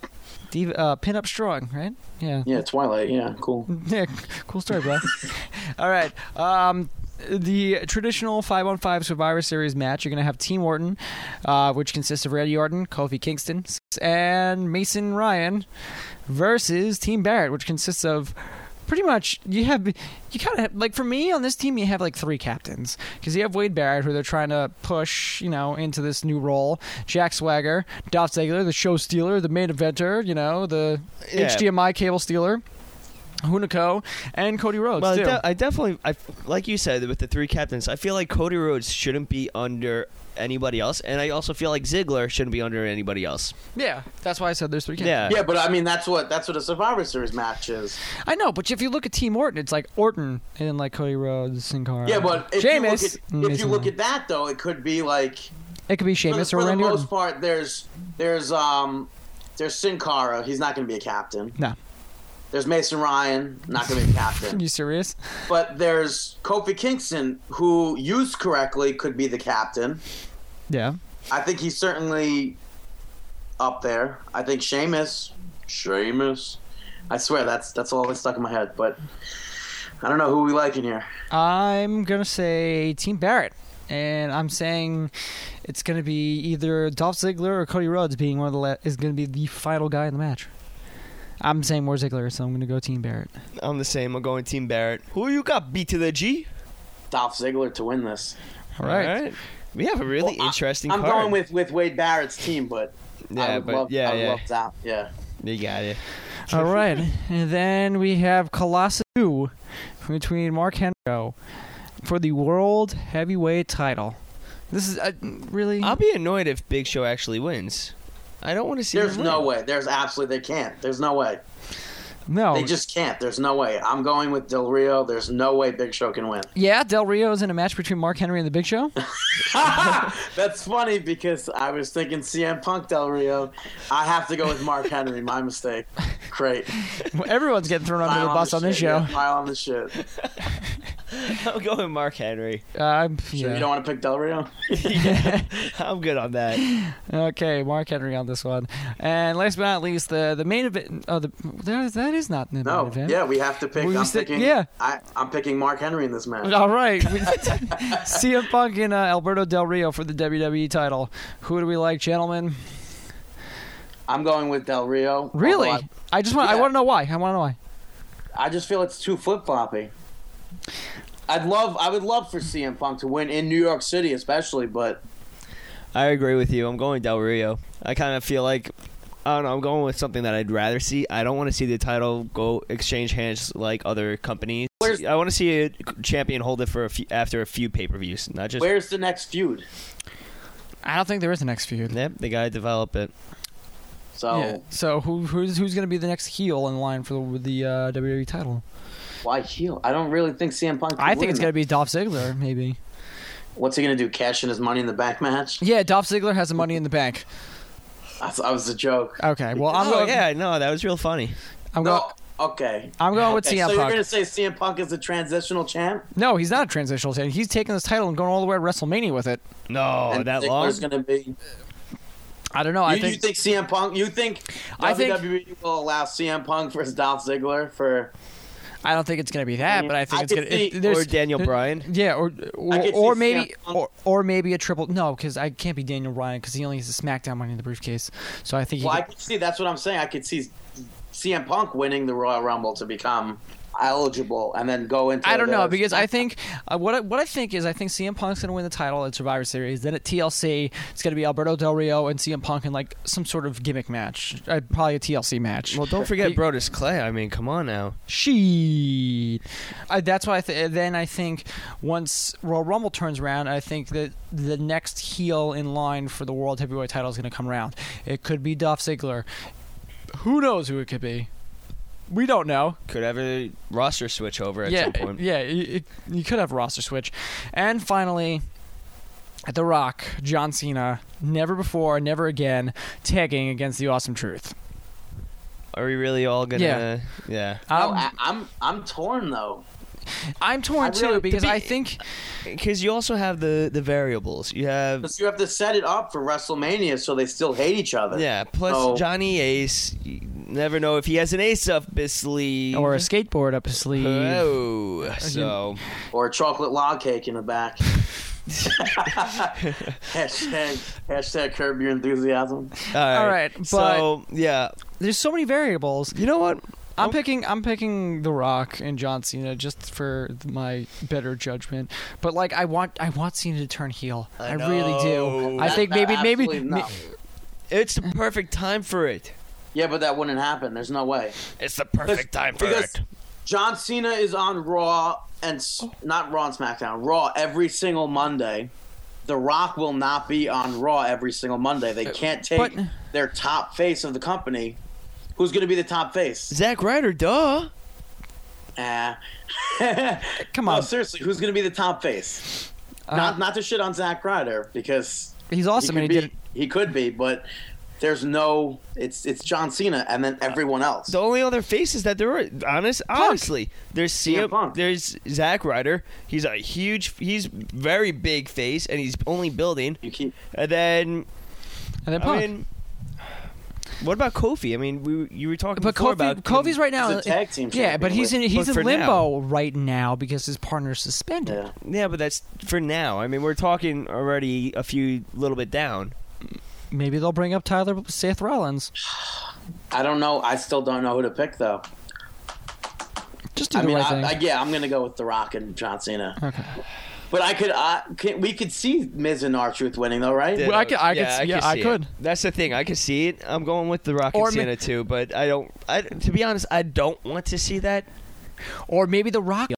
Speaker 10: Div- uh, pin up strong, right? Yeah.
Speaker 4: Yeah, Twilight. Yeah, cool.
Speaker 10: Yeah, c- cool story, bro. All right. Um, the traditional 5 on 5 Survivor Series match, you're going to have Team Orton, uh, which consists of Randy Orton, Kofi Kingston, and Mason Ryan versus Team Barrett, which consists of pretty much you have you kind of like for me on this team you have like three captains because you have Wade Barrett who they're trying to push you know into this new role Jack Swagger Dolph Ziggler the show stealer the main eventer you know the
Speaker 3: Yeah.
Speaker 10: HDMI cable stealer Hunico and Cody Rhodes
Speaker 3: Well, I,
Speaker 10: too.
Speaker 3: de- I definitely, I like you said with the three captains. I feel like Cody Rhodes shouldn't be under anybody else, and I also feel like Ziggler shouldn't be under anybody else.
Speaker 10: yeah, that's why I said there's three. Candidates.
Speaker 3: Yeah,
Speaker 4: Yeah, but I mean that's what that's what a Survivor Series match is.
Speaker 10: I know, but if you look at Team Orton, it's like Orton and then like Cody Rhodes and Carl.
Speaker 4: Yeah, but if
Speaker 10: Uh, Sheamus.
Speaker 4: you look at, if you look at that though, it could be like
Speaker 10: it could
Speaker 4: for the,
Speaker 10: be Sheamus
Speaker 4: for
Speaker 10: or
Speaker 4: the
Speaker 10: Randy
Speaker 4: most
Speaker 10: Orton.
Speaker 4: part, there's there's um there's Sin Cara. He's not going to be a captain.
Speaker 10: no,
Speaker 4: There's Mason Ryan, not going to be a captain.
Speaker 10: you serious?
Speaker 4: but there's Kofi Kingston, who used correctly could be the captain.
Speaker 10: Yeah.
Speaker 4: I think he's certainly up there. I think Sheamus, Sheamus. I swear that's that's all that's stuck in my head. But I don't know who we like in here.
Speaker 10: I'm gonna say Team Barrett, and I'm saying it's gonna be either Dolph Ziggler or Cody Rhodes being one of the la- is gonna be the final guy in the match. I'm saying more Ziggler, so I'm going to go Team Barrett.
Speaker 3: I'm the same. I'm going Team Barrett. Who you got? B to the G.
Speaker 4: Dolph Ziggler to win this.
Speaker 10: All right.
Speaker 3: We have a really
Speaker 4: Well, I-
Speaker 3: interesting.
Speaker 4: I'm
Speaker 3: card.
Speaker 4: going with, with Wade Barrett's team, but I
Speaker 3: Yeah,
Speaker 4: would
Speaker 3: but
Speaker 4: love,
Speaker 3: yeah,
Speaker 4: I would
Speaker 3: yeah.
Speaker 4: love Dolph. Yeah.
Speaker 3: You got it.
Speaker 10: All right. And then we have Colossus 2 between Mark Henry for the World Heavyweight title. This is uh, really.
Speaker 3: I'll be annoyed if Big Show actually wins. I don't want to see.
Speaker 4: There's
Speaker 3: him
Speaker 4: no
Speaker 3: win.
Speaker 4: way. There's absolutely they can't. There's no way.
Speaker 10: no.
Speaker 4: They just can't. There's no way. I'm going with Del Rio. There's no way Big Show can win.
Speaker 10: yeah, Del Rio is in a match between Mark Henry and the Big Show.
Speaker 4: That's funny because I was thinking CM Punk Del Rio. I have to go with Mark Henry. My mistake. Great.
Speaker 10: Everyone's getting thrown under
Speaker 4: Pile
Speaker 10: the bus on this
Speaker 4: shit.
Speaker 10: show.
Speaker 4: Yeah, pile on the shit.
Speaker 3: I'm going Mark Henry.
Speaker 10: Uh,
Speaker 4: Sure, You
Speaker 10: yeah.
Speaker 4: don't want to pick Del Rio?
Speaker 3: I'm good on that.
Speaker 10: Okay, Mark Henry on this one. And last but not least, the the main event. Oh, the, that, is, that is not the
Speaker 4: No.
Speaker 10: main event.
Speaker 4: Yeah, we have to pick.
Speaker 10: Well, you
Speaker 4: I'm
Speaker 10: said-
Speaker 4: picking.
Speaker 10: yeah.
Speaker 4: I, I'm picking Mark Henry in this match.
Speaker 10: All right. CM Punk and uh, Alberto Del Rio for the WWE title. Who do we like, gentlemen?
Speaker 4: I'm going with Del Rio.
Speaker 10: Really?
Speaker 4: although
Speaker 10: I just want I
Speaker 4: Yeah.
Speaker 10: want to know why. I want to know why.
Speaker 4: I, I just feel it's too flip floppy. I'd love, I would love for CM Punk to win in New York City, especially, but
Speaker 3: I agree with you. I'm going Del Rio. I kind of feel like I don't know. I'm going with something that I'd rather see. I don't want to see the title go exchange hands like other companies.
Speaker 4: Where's-
Speaker 3: I want to see a champion hold it for a few, after a few pay per views, not just
Speaker 4: where's the next feud?
Speaker 10: I don't think there is a next feud.
Speaker 3: Yep, they gotta develop it.
Speaker 4: So
Speaker 10: Yeah. So who who's who's going to be the next heel in line for the, the uh, WWE title?
Speaker 4: why heel? I don't really think CM Punk. Can
Speaker 10: I think it's
Speaker 4: win.
Speaker 10: going to be Dolph Ziggler, maybe.
Speaker 4: What's he gonna do? Cash in his money in the back match?
Speaker 10: Yeah, Dolph Ziggler has the Money in the Bank.
Speaker 4: I thought it was a joke.
Speaker 10: Okay. Well, I'm
Speaker 3: oh
Speaker 10: going.
Speaker 3: yeah, no, that was real funny.
Speaker 10: I'm going.
Speaker 4: No. Okay.
Speaker 10: I'm going with
Speaker 4: Oh. Okay,
Speaker 10: CM
Speaker 4: so
Speaker 10: Punk.
Speaker 4: you're gonna say CM Punk is the transitional champ?
Speaker 10: No, he's not a transitional champion. He's taking this title and going all the way to WrestleMania with it.
Speaker 3: No,
Speaker 4: and
Speaker 3: that long.
Speaker 4: Ziggler's gonna be.
Speaker 10: I don't know. Oh, I
Speaker 4: you,
Speaker 10: think,
Speaker 4: you think CM Punk? You think
Speaker 10: I think-
Speaker 4: WWE will allow CM Punk versus Dolph Ziggler for?
Speaker 10: I don't think it's going to be that, but I think
Speaker 4: I
Speaker 10: it's
Speaker 4: could
Speaker 10: going
Speaker 4: see-
Speaker 10: to
Speaker 3: or Daniel Bryan.
Speaker 10: Yeah,
Speaker 4: I
Speaker 10: or or,
Speaker 4: could see
Speaker 10: or
Speaker 4: CM
Speaker 10: maybe
Speaker 4: Punk.
Speaker 10: or, or maybe a triple. No, because I can't be Daniel Bryan because he only has a SmackDown money in the briefcase. So I think. He
Speaker 4: Well, I
Speaker 10: could-
Speaker 4: could see. That's what I'm saying. I could see CM Punk winning the Royal Rumble to become eligible, and then go into.
Speaker 10: I don't know
Speaker 4: the-
Speaker 10: because I think uh, what I, what I think is I think CM Punk's gonna win the title at Survivor Series. Then at TLC, it's gonna be Alberto Del Rio and CM Punk in like some sort of gimmick match, uh, probably a TLC match.
Speaker 3: Well, don't forget Brodus Clay. I mean, come on now.
Speaker 10: She. I, that's why. I th- then I think once Royal Rumble turns around, I think that the next heel in line for the World Heavyweight title is going to come around. It could be Dolph Ziggler. Who knows who it could be? We don't know.
Speaker 3: Could ever roster switch over at
Speaker 10: yeah,
Speaker 3: some point.
Speaker 10: yeah. It, it- you could have a roster switch, and finally, The Rock, John Cena, never before, never again, tagging against the Awesome Truth.
Speaker 3: Are we really all gonna?
Speaker 10: Yeah.
Speaker 3: yeah.
Speaker 4: No,
Speaker 10: Um,
Speaker 4: I, I'm I'm torn though.
Speaker 10: I'm torn
Speaker 4: I
Speaker 10: too
Speaker 4: really- to
Speaker 10: because
Speaker 3: be-
Speaker 10: I think
Speaker 3: Because you also have the the variables. You have
Speaker 4: Because you have to set it up for WrestleMania so they still hate each other.
Speaker 3: Yeah, plus
Speaker 4: So-
Speaker 3: Johnny Ace. You never know if he has an ace up his sleeve.
Speaker 10: or a skateboard up his sleeve.
Speaker 3: Oh, so
Speaker 4: Or a chocolate log cake in the back. hashtag, hashtag curb your enthusiasm.
Speaker 3: all right.
Speaker 10: right, but-
Speaker 3: so yeah,
Speaker 10: There's so many variables.
Speaker 3: you know what?
Speaker 10: I'm picking I'm picking The Rock and John Cena just for my better judgment. But like I want I want Cena to turn heel. I, really do.
Speaker 3: know.
Speaker 10: I think
Speaker 4: No,
Speaker 10: maybe maybe
Speaker 4: absolutely
Speaker 10: ma-
Speaker 4: not.
Speaker 3: It's the perfect time for it.
Speaker 4: Yeah, but that wouldn't happen. There's no way.
Speaker 3: It's the perfect time for
Speaker 4: Because
Speaker 3: it.
Speaker 4: John Cena is on Raw and s not Raw and SmackDown. Raw every single Monday. The Rock will not be on Raw every single Monday. They can't take
Speaker 10: but-
Speaker 4: their top face of the company. Who's going to be the top face?
Speaker 3: Zack Ryder, duh.
Speaker 4: Ah.
Speaker 10: come
Speaker 4: No,
Speaker 10: on. Uh,
Speaker 4: seriously, who's going to be the top face? not not to shit on Zack Ryder because
Speaker 10: He's awesome
Speaker 4: He
Speaker 10: and
Speaker 4: could, be,
Speaker 10: he did
Speaker 4: he could be, but there's no. It's it's John Cena and then everyone else.
Speaker 3: The only other faces that there were, honest, honestly, there's CM,
Speaker 4: CM Punk.
Speaker 3: there's Zack Ryder. He's a huge, he's very big face, and he's only building.
Speaker 4: you keep
Speaker 3: And then
Speaker 10: and then Punk.
Speaker 3: I mean, what about Kofi? I mean, we you were talking
Speaker 10: but
Speaker 3: before
Speaker 10: Kofi,
Speaker 3: about
Speaker 10: Kofi's right now.
Speaker 4: He's a tag team
Speaker 10: yeah, but
Speaker 4: champion
Speaker 10: he's in
Speaker 4: with-
Speaker 10: he's
Speaker 3: but
Speaker 10: in
Speaker 3: for
Speaker 10: limbo right now because his partner's suspended.
Speaker 4: yeah.
Speaker 3: Yeah, but that's for now. I mean, we're talking already a few little bit down.
Speaker 10: Maybe they'll bring up Tyler Seth Rollins.
Speaker 4: I don't know. I still don't know who to pick though.
Speaker 10: Just do
Speaker 4: I
Speaker 10: the
Speaker 4: mean,
Speaker 10: right
Speaker 4: I,
Speaker 10: thing.
Speaker 4: I, yeah, I'm gonna go with The Rock and John Cena.
Speaker 10: Okay.
Speaker 4: But I could, I can, we could see Miz and R Truth winning though, right?
Speaker 10: Well, I could- I could
Speaker 3: yeah,
Speaker 10: s-
Speaker 3: I could.
Speaker 10: yeah, I
Speaker 3: see it.
Speaker 10: could.
Speaker 3: That's the thing. I could see it. I'm going with the Rocket
Speaker 10: Or ma-
Speaker 3: Santa too, but I don't. I to be honest, I don't want to see that.
Speaker 10: or maybe The Rock.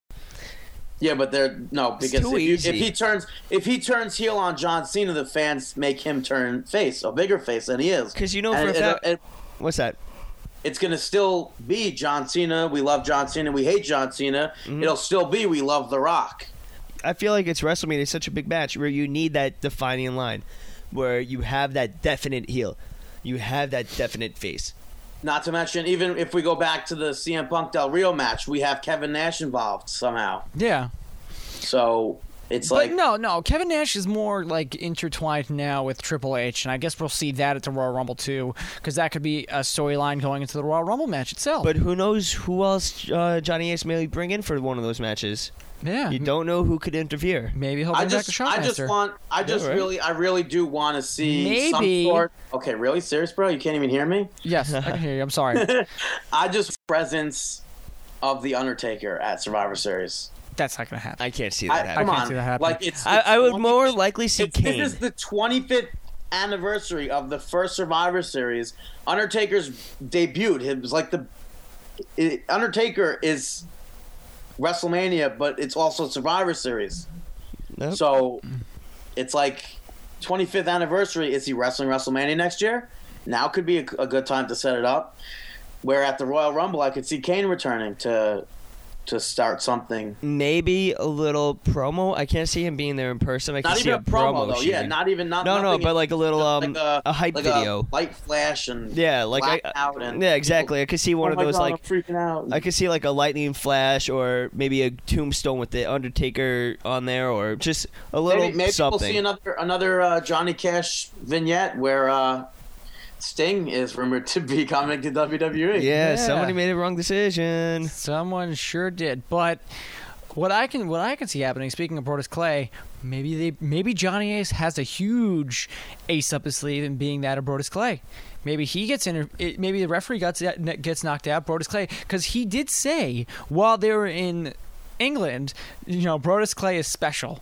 Speaker 4: Yeah, but they're no because
Speaker 3: too
Speaker 4: if, you,
Speaker 3: easy.
Speaker 4: if he turns if he turns heel on John Cena, the fans make him turn face, a bigger face than he is.
Speaker 3: 'Cause you know
Speaker 4: And
Speaker 3: for a
Speaker 4: it'll-
Speaker 3: fact-
Speaker 4: it-
Speaker 3: What's that?
Speaker 4: it's gonna still be John Cena. We love John Cena. We hate John Cena.
Speaker 3: Mm-hmm.
Speaker 4: It'll still be we love The Rock.
Speaker 3: I feel like it's WrestleMania, it's such a big match where you need that defining line, where you have that definite heel, you have that definite face.
Speaker 4: Not to mention, even if we go back to the CM Punk Del Rio match, we have Kevin Nash involved somehow.
Speaker 10: Yeah.
Speaker 4: So it's like
Speaker 10: but no, no. Kevin Nash is more like intertwined now with Triple H, and I guess we'll see that at the Royal Rumble too, because that could be a storyline going into the Royal Rumble match itself.
Speaker 3: But who knows who else uh, Johnny Ace may bring in for one of those matches?
Speaker 10: yeah,
Speaker 3: You don't know who could interfere.
Speaker 10: maybe he'll
Speaker 4: I
Speaker 10: bring back the
Speaker 4: just, I just
Speaker 10: Shockmaster.
Speaker 4: want, I just
Speaker 3: right.
Speaker 4: really, I really do want to see
Speaker 10: Maybe-
Speaker 4: some sort. Okay, really serious, bro. You can't even hear me.
Speaker 10: Yes, I can hear you. I'm sorry.
Speaker 4: I just presence of the Undertaker at Survivor Series.
Speaker 10: That's not gonna happen.
Speaker 3: I can't see
Speaker 4: I,
Speaker 3: that
Speaker 4: come
Speaker 3: happen.
Speaker 10: I can't
Speaker 4: on,
Speaker 10: see that happening.
Speaker 4: like it's.
Speaker 3: I,
Speaker 4: it's
Speaker 3: I would
Speaker 4: 20
Speaker 3: more likely see
Speaker 4: It's, this
Speaker 3: Kane.
Speaker 4: is the 25th anniversary of the first Survivor Series. Undertaker's debuted. It was like the it, Undertaker is WrestleMania, but it's also Survivor Series.
Speaker 3: Nope.
Speaker 4: So it's like 25th anniversary. Is he wrestling WrestleMania next year? Now could be a, a good time to set it up. Where at the Royal Rumble, I could see Kane returning to to start something.
Speaker 3: Maybe a little promo. I can't see him being there in person. I can
Speaker 4: Not
Speaker 3: see
Speaker 4: even a promo, though. Yeah,
Speaker 3: shooting.
Speaker 4: not even not.
Speaker 3: no, no,
Speaker 4: nothing-
Speaker 3: but like a little um a, hype
Speaker 4: like
Speaker 3: video.
Speaker 4: light flash, and
Speaker 3: yeah, like I,
Speaker 4: black out and
Speaker 3: yeah, exactly. I could see one
Speaker 4: Oh
Speaker 3: of
Speaker 4: my
Speaker 3: those
Speaker 4: God,
Speaker 3: like
Speaker 4: I'm freaking out.
Speaker 3: I could see like a lightning flash or maybe a tombstone with the Undertaker on there or just a little
Speaker 4: maybe, maybe we'll
Speaker 3: something.
Speaker 4: see another another uh, Johnny Cash vignette where uh, Sting is rumored to be coming to E. WWE.
Speaker 3: yeah,
Speaker 10: Yeah.
Speaker 3: somebody made a wrong decision.
Speaker 10: Someone sure did. But what I can what I can see happening, speaking of Brodus Clay, maybe they maybe Johnny Ace has a huge ace up his sleeve in being that of Brodus Clay. Maybe he gets in. it- Maybe the referee gets gets knocked out. Brodus Clay, because he did say while they were in England, you know, Brodus Clay is special.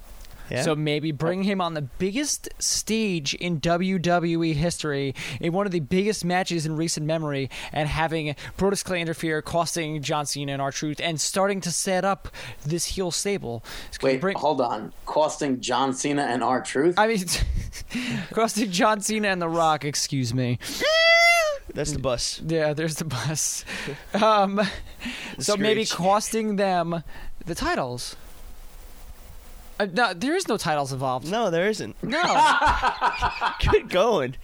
Speaker 3: Yeah.
Speaker 10: So maybe bring him on the biggest stage in WWE history, in one of the biggest matches in recent memory, and having Brodus Clay interfere, costing John Cena and our truth, and starting to set up this heel stable. Can you
Speaker 4: Wait,
Speaker 10: bring-
Speaker 4: hold on. Costing John Cena and our Truth.
Speaker 10: I mean, costing John Cena and The Rock. Excuse me.
Speaker 3: That's the bus.
Speaker 10: Yeah, there's the bus. Um, so maybe
Speaker 3: Screech.
Speaker 10: costing them the titles. Uh, no, there is no titles involved.
Speaker 3: No, there isn't.
Speaker 10: No.
Speaker 3: Good going.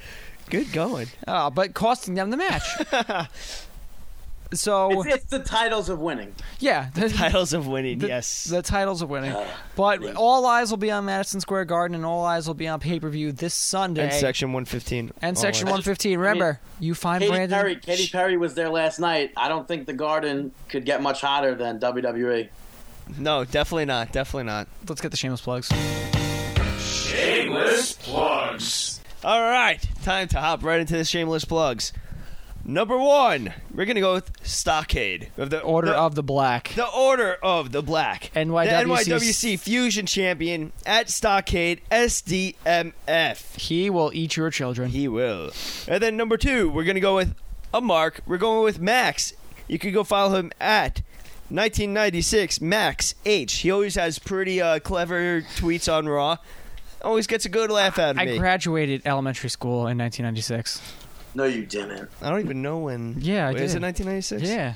Speaker 3: Good going.
Speaker 10: Oh, but costing them the match. so
Speaker 4: It's, it's the titles of winning.
Speaker 10: yeah, the,
Speaker 3: Titles of winning.
Speaker 10: the-
Speaker 3: yes.
Speaker 10: the titles are winning. But all eyes will be on Madison Square Garden, and all eyes will be on pay per view this Sunday.
Speaker 3: and section 115.
Speaker 10: And
Speaker 3: Oh,
Speaker 10: section
Speaker 3: I-
Speaker 10: one fifteen. Remember, you find
Speaker 4: Katy
Speaker 10: Brandon.
Speaker 4: Perry. Katy Perry was there last night. I don't think the Garden could get much hotter than E. WWE.
Speaker 3: No, definitely not. Definitely not.
Speaker 10: Let's get the shameless plugs.
Speaker 3: All right, time to hop right into the shameless plugs. Number one, we're gonna go with Stockade of the
Speaker 10: Order
Speaker 3: the-
Speaker 10: of the Black.
Speaker 3: The Order of the Black.
Speaker 10: NYWC.
Speaker 3: The NYWC Fusion Champion at Stockade SDMF.
Speaker 10: He will eat your children.
Speaker 3: He will. And then number two, we're going to go with a mark. We're going with Max. You can go follow him at 1996 Max H. He always has pretty uh, clever tweets on Raw. Always gets a good laugh out of
Speaker 10: I
Speaker 3: me.
Speaker 10: graduated elementary school in 1996.
Speaker 4: No, you didn't.
Speaker 3: I don't even know when.
Speaker 10: Yeah, I
Speaker 3: Wait, Is
Speaker 10: did.
Speaker 3: it 1996?
Speaker 10: Yeah.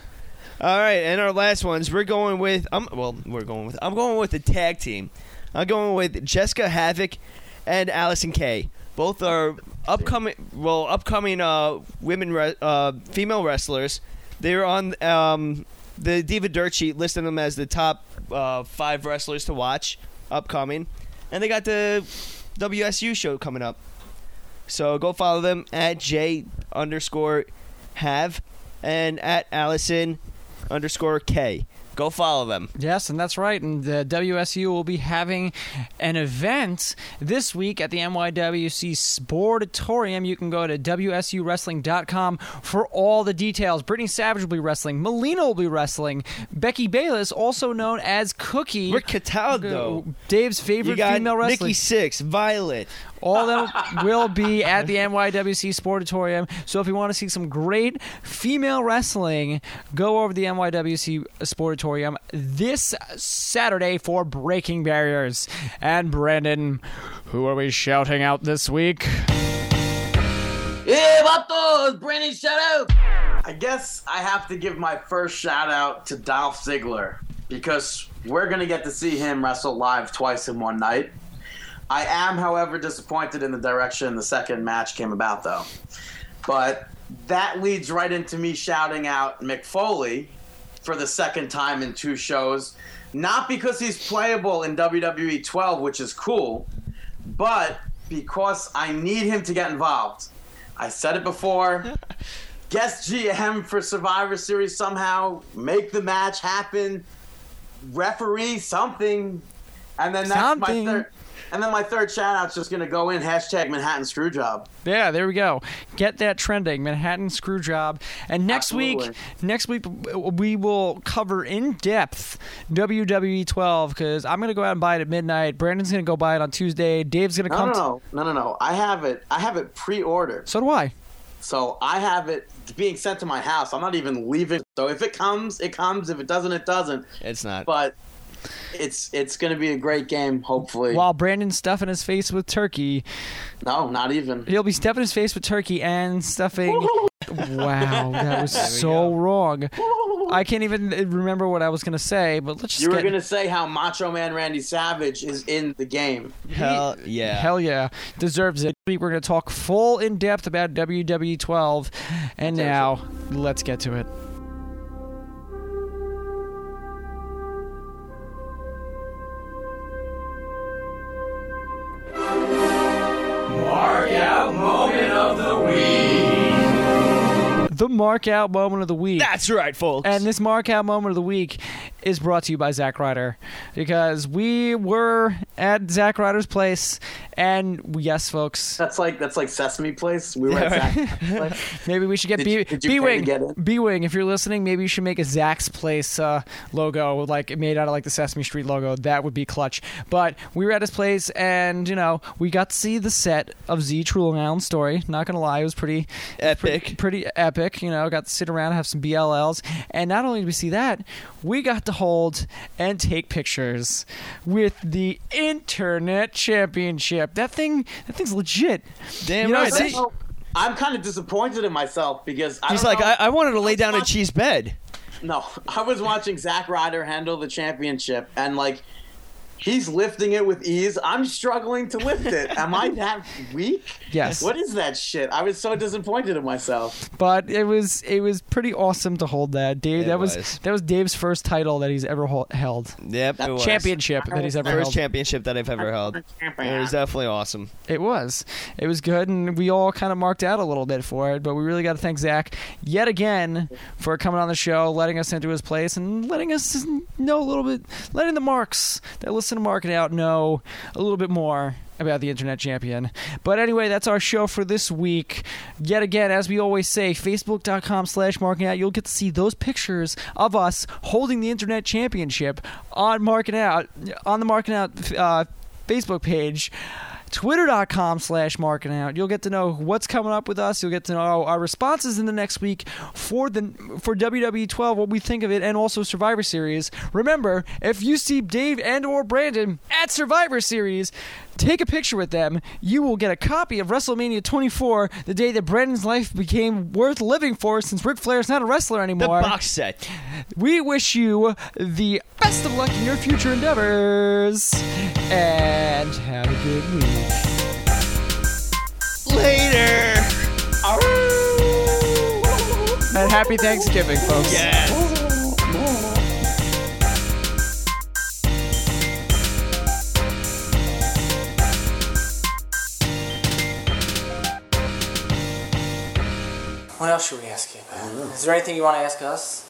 Speaker 3: All right, and our last ones. We're going with I'm well, we're going with I'm going with the tag team. I'm going with Jessica Havoc and Allison Kay. Both are upcoming well, upcoming uh, women re- uh, female wrestlers. They're on um, the Diva Dirt sheet listing them as the top uh, 5 wrestlers to watch upcoming. And they got the WSU show coming up. So go follow them at J underscore have and at Allison underscore K. Go follow them.
Speaker 10: Yes, and that's right. And the WSU will be having an event this week at the NYWC Sportatorium. You can go to WSUWrestling.com for all the details. Brittany Savage will be wrestling. Melina will be wrestling. Becky Bayless, also known as Cookie.
Speaker 3: Rick Cataldo.
Speaker 10: Dave's
Speaker 3: You
Speaker 10: favorite
Speaker 3: got
Speaker 10: female wrestler.
Speaker 3: Nikki Six, Violet.
Speaker 10: All of them will be at the NYWC Sportatorium. So if you want to see some great female wrestling, go over to the NYWC Sportatorium this Saturday for Breaking Barriers. And Brandon, who are we shouting out this week?
Speaker 4: Yeah, vatos, Brandon, shout out. I guess I have to give my first shout out to Dolph Ziggler because we're going to get to see him wrestle live twice in one night. I am, however, disappointed in the direction the second match came about, though. But that leads right into me shouting out Mick Foley for the second time in two shows. Not because he's playable in WWE 12, which is cool, but because I need him to get involved. I said it before. Guest GM for Survivor Series somehow make the match happen. Referee something, and then that's
Speaker 10: Something.
Speaker 4: my third. And then my third shout out's just gonna go in hashtag Manhattan Screwjob.
Speaker 10: Yeah, there we go. Get that trending, Manhattan screw job. And next week,
Speaker 4: Absolutely.
Speaker 10: next week we will cover in depth WWE 12 because I'm gonna go out and buy it at midnight. Brandon's gonna go buy it on Tuesday. Dave's gonna
Speaker 4: No,
Speaker 10: come.
Speaker 4: no,
Speaker 10: t-
Speaker 4: no, no, no, no. I have it. I have it pre-ordered,
Speaker 10: so do I.
Speaker 4: so I have it being sent to my house. I'm not even leaving. So if it comes, it comes. If it doesn't, it doesn't.
Speaker 3: It's not.
Speaker 4: But it's it's gonna be a great game. Hopefully,
Speaker 10: While Brandon's stuffing his face with turkey,
Speaker 4: no, not even.
Speaker 10: he'll be stuffing his face with turkey and stuffing. wow, that was so wrong. I can't even remember what I was gonna say, but let's just
Speaker 4: You were
Speaker 10: get-
Speaker 4: gonna say how Macho Man Randy Savage is in the game.
Speaker 3: Hell yeah.
Speaker 10: Hell yeah, deserves it. We're going to talk full in depth about WWE 12, and now let's get to it. The mark out moment of the week.
Speaker 3: That's right, folks.
Speaker 10: And this mark out moment of the week is brought to you by Zack Ryder because we were at Zack Ryder's place, and yes, folks,
Speaker 4: That's like that's like Sesame Place. We were at Sesame Place.
Speaker 10: maybe we should get
Speaker 4: Did
Speaker 10: B
Speaker 4: you- did you
Speaker 10: B
Speaker 4: pay to
Speaker 10: wing
Speaker 4: get it?
Speaker 10: B wing. If you're listening, maybe you should make a Zack's Place uh, logo, like made out of like the Sesame Street logo. That would be clutch. But we were at his place, and you know, we got to see the set of Z True Long Island Story. Not gonna lie, it was pretty
Speaker 3: Epic.
Speaker 10: pretty epic. You know, got to sit around, have some BLLs, and not only did we see that, we got to hold and take pictures with the Internet Championship. That thing, that thing's legit.
Speaker 3: Damn
Speaker 10: you know,
Speaker 3: right.
Speaker 10: see-
Speaker 3: That's-
Speaker 4: I'm kind of disappointed in myself because I
Speaker 3: He's
Speaker 4: don't
Speaker 3: like,
Speaker 4: know-
Speaker 3: I, I wanted to lay down a cheese bed.
Speaker 4: No, I was watching Zack Ryder handle the championship, and like he's lifting it with ease. I'm struggling to lift it. Am I that weak?
Speaker 10: Yes.
Speaker 4: What is that shit? I was so disappointed in myself.
Speaker 10: but it was it was pretty awesome to hold that. Dave,
Speaker 3: It
Speaker 10: that was,
Speaker 3: was.
Speaker 10: that was Dave's first title that he's ever hol- held,
Speaker 3: Yep, it was.
Speaker 10: championship that he's ever
Speaker 3: First
Speaker 10: held.
Speaker 3: championship that I've ever held. It was definitely awesome.
Speaker 10: It was, it was good, and we all kind of marked out a little bit for it. But we really got to thank Zach yet again for coming on the show, letting us into his place, and letting us know a little bit, letting the marks that listen to Market Out know a little bit more about the internet champion. But anyway, that's our show for this week. Yet again, as we always say, facebook.com slash marking out, you'll get to see those pictures of us holding the internet championship on marking out on the marking out uh, Facebook page. Twitter.com slash marking out. You'll get to know what's coming up with us. You'll get to know our responses in the next week for the for WWE 12, what we think of it, and also Survivor Series. Remember, if you see Dave and or Brandon at Survivor Series, take a picture with them. You will get a copy of WrestleMania 24, the day that Brandon's life became worth living for since Ric Flair's not a wrestler
Speaker 3: The
Speaker 10: anymore.
Speaker 3: box set.
Speaker 10: We wish you the best of luck in your future endeavors and have a good week.
Speaker 3: Later.
Speaker 10: And happy Thanksgiving, folks.
Speaker 3: Yes.
Speaker 7: Mm-hmm.
Speaker 2: What else should we ask you about? Is there anything you want to ask us?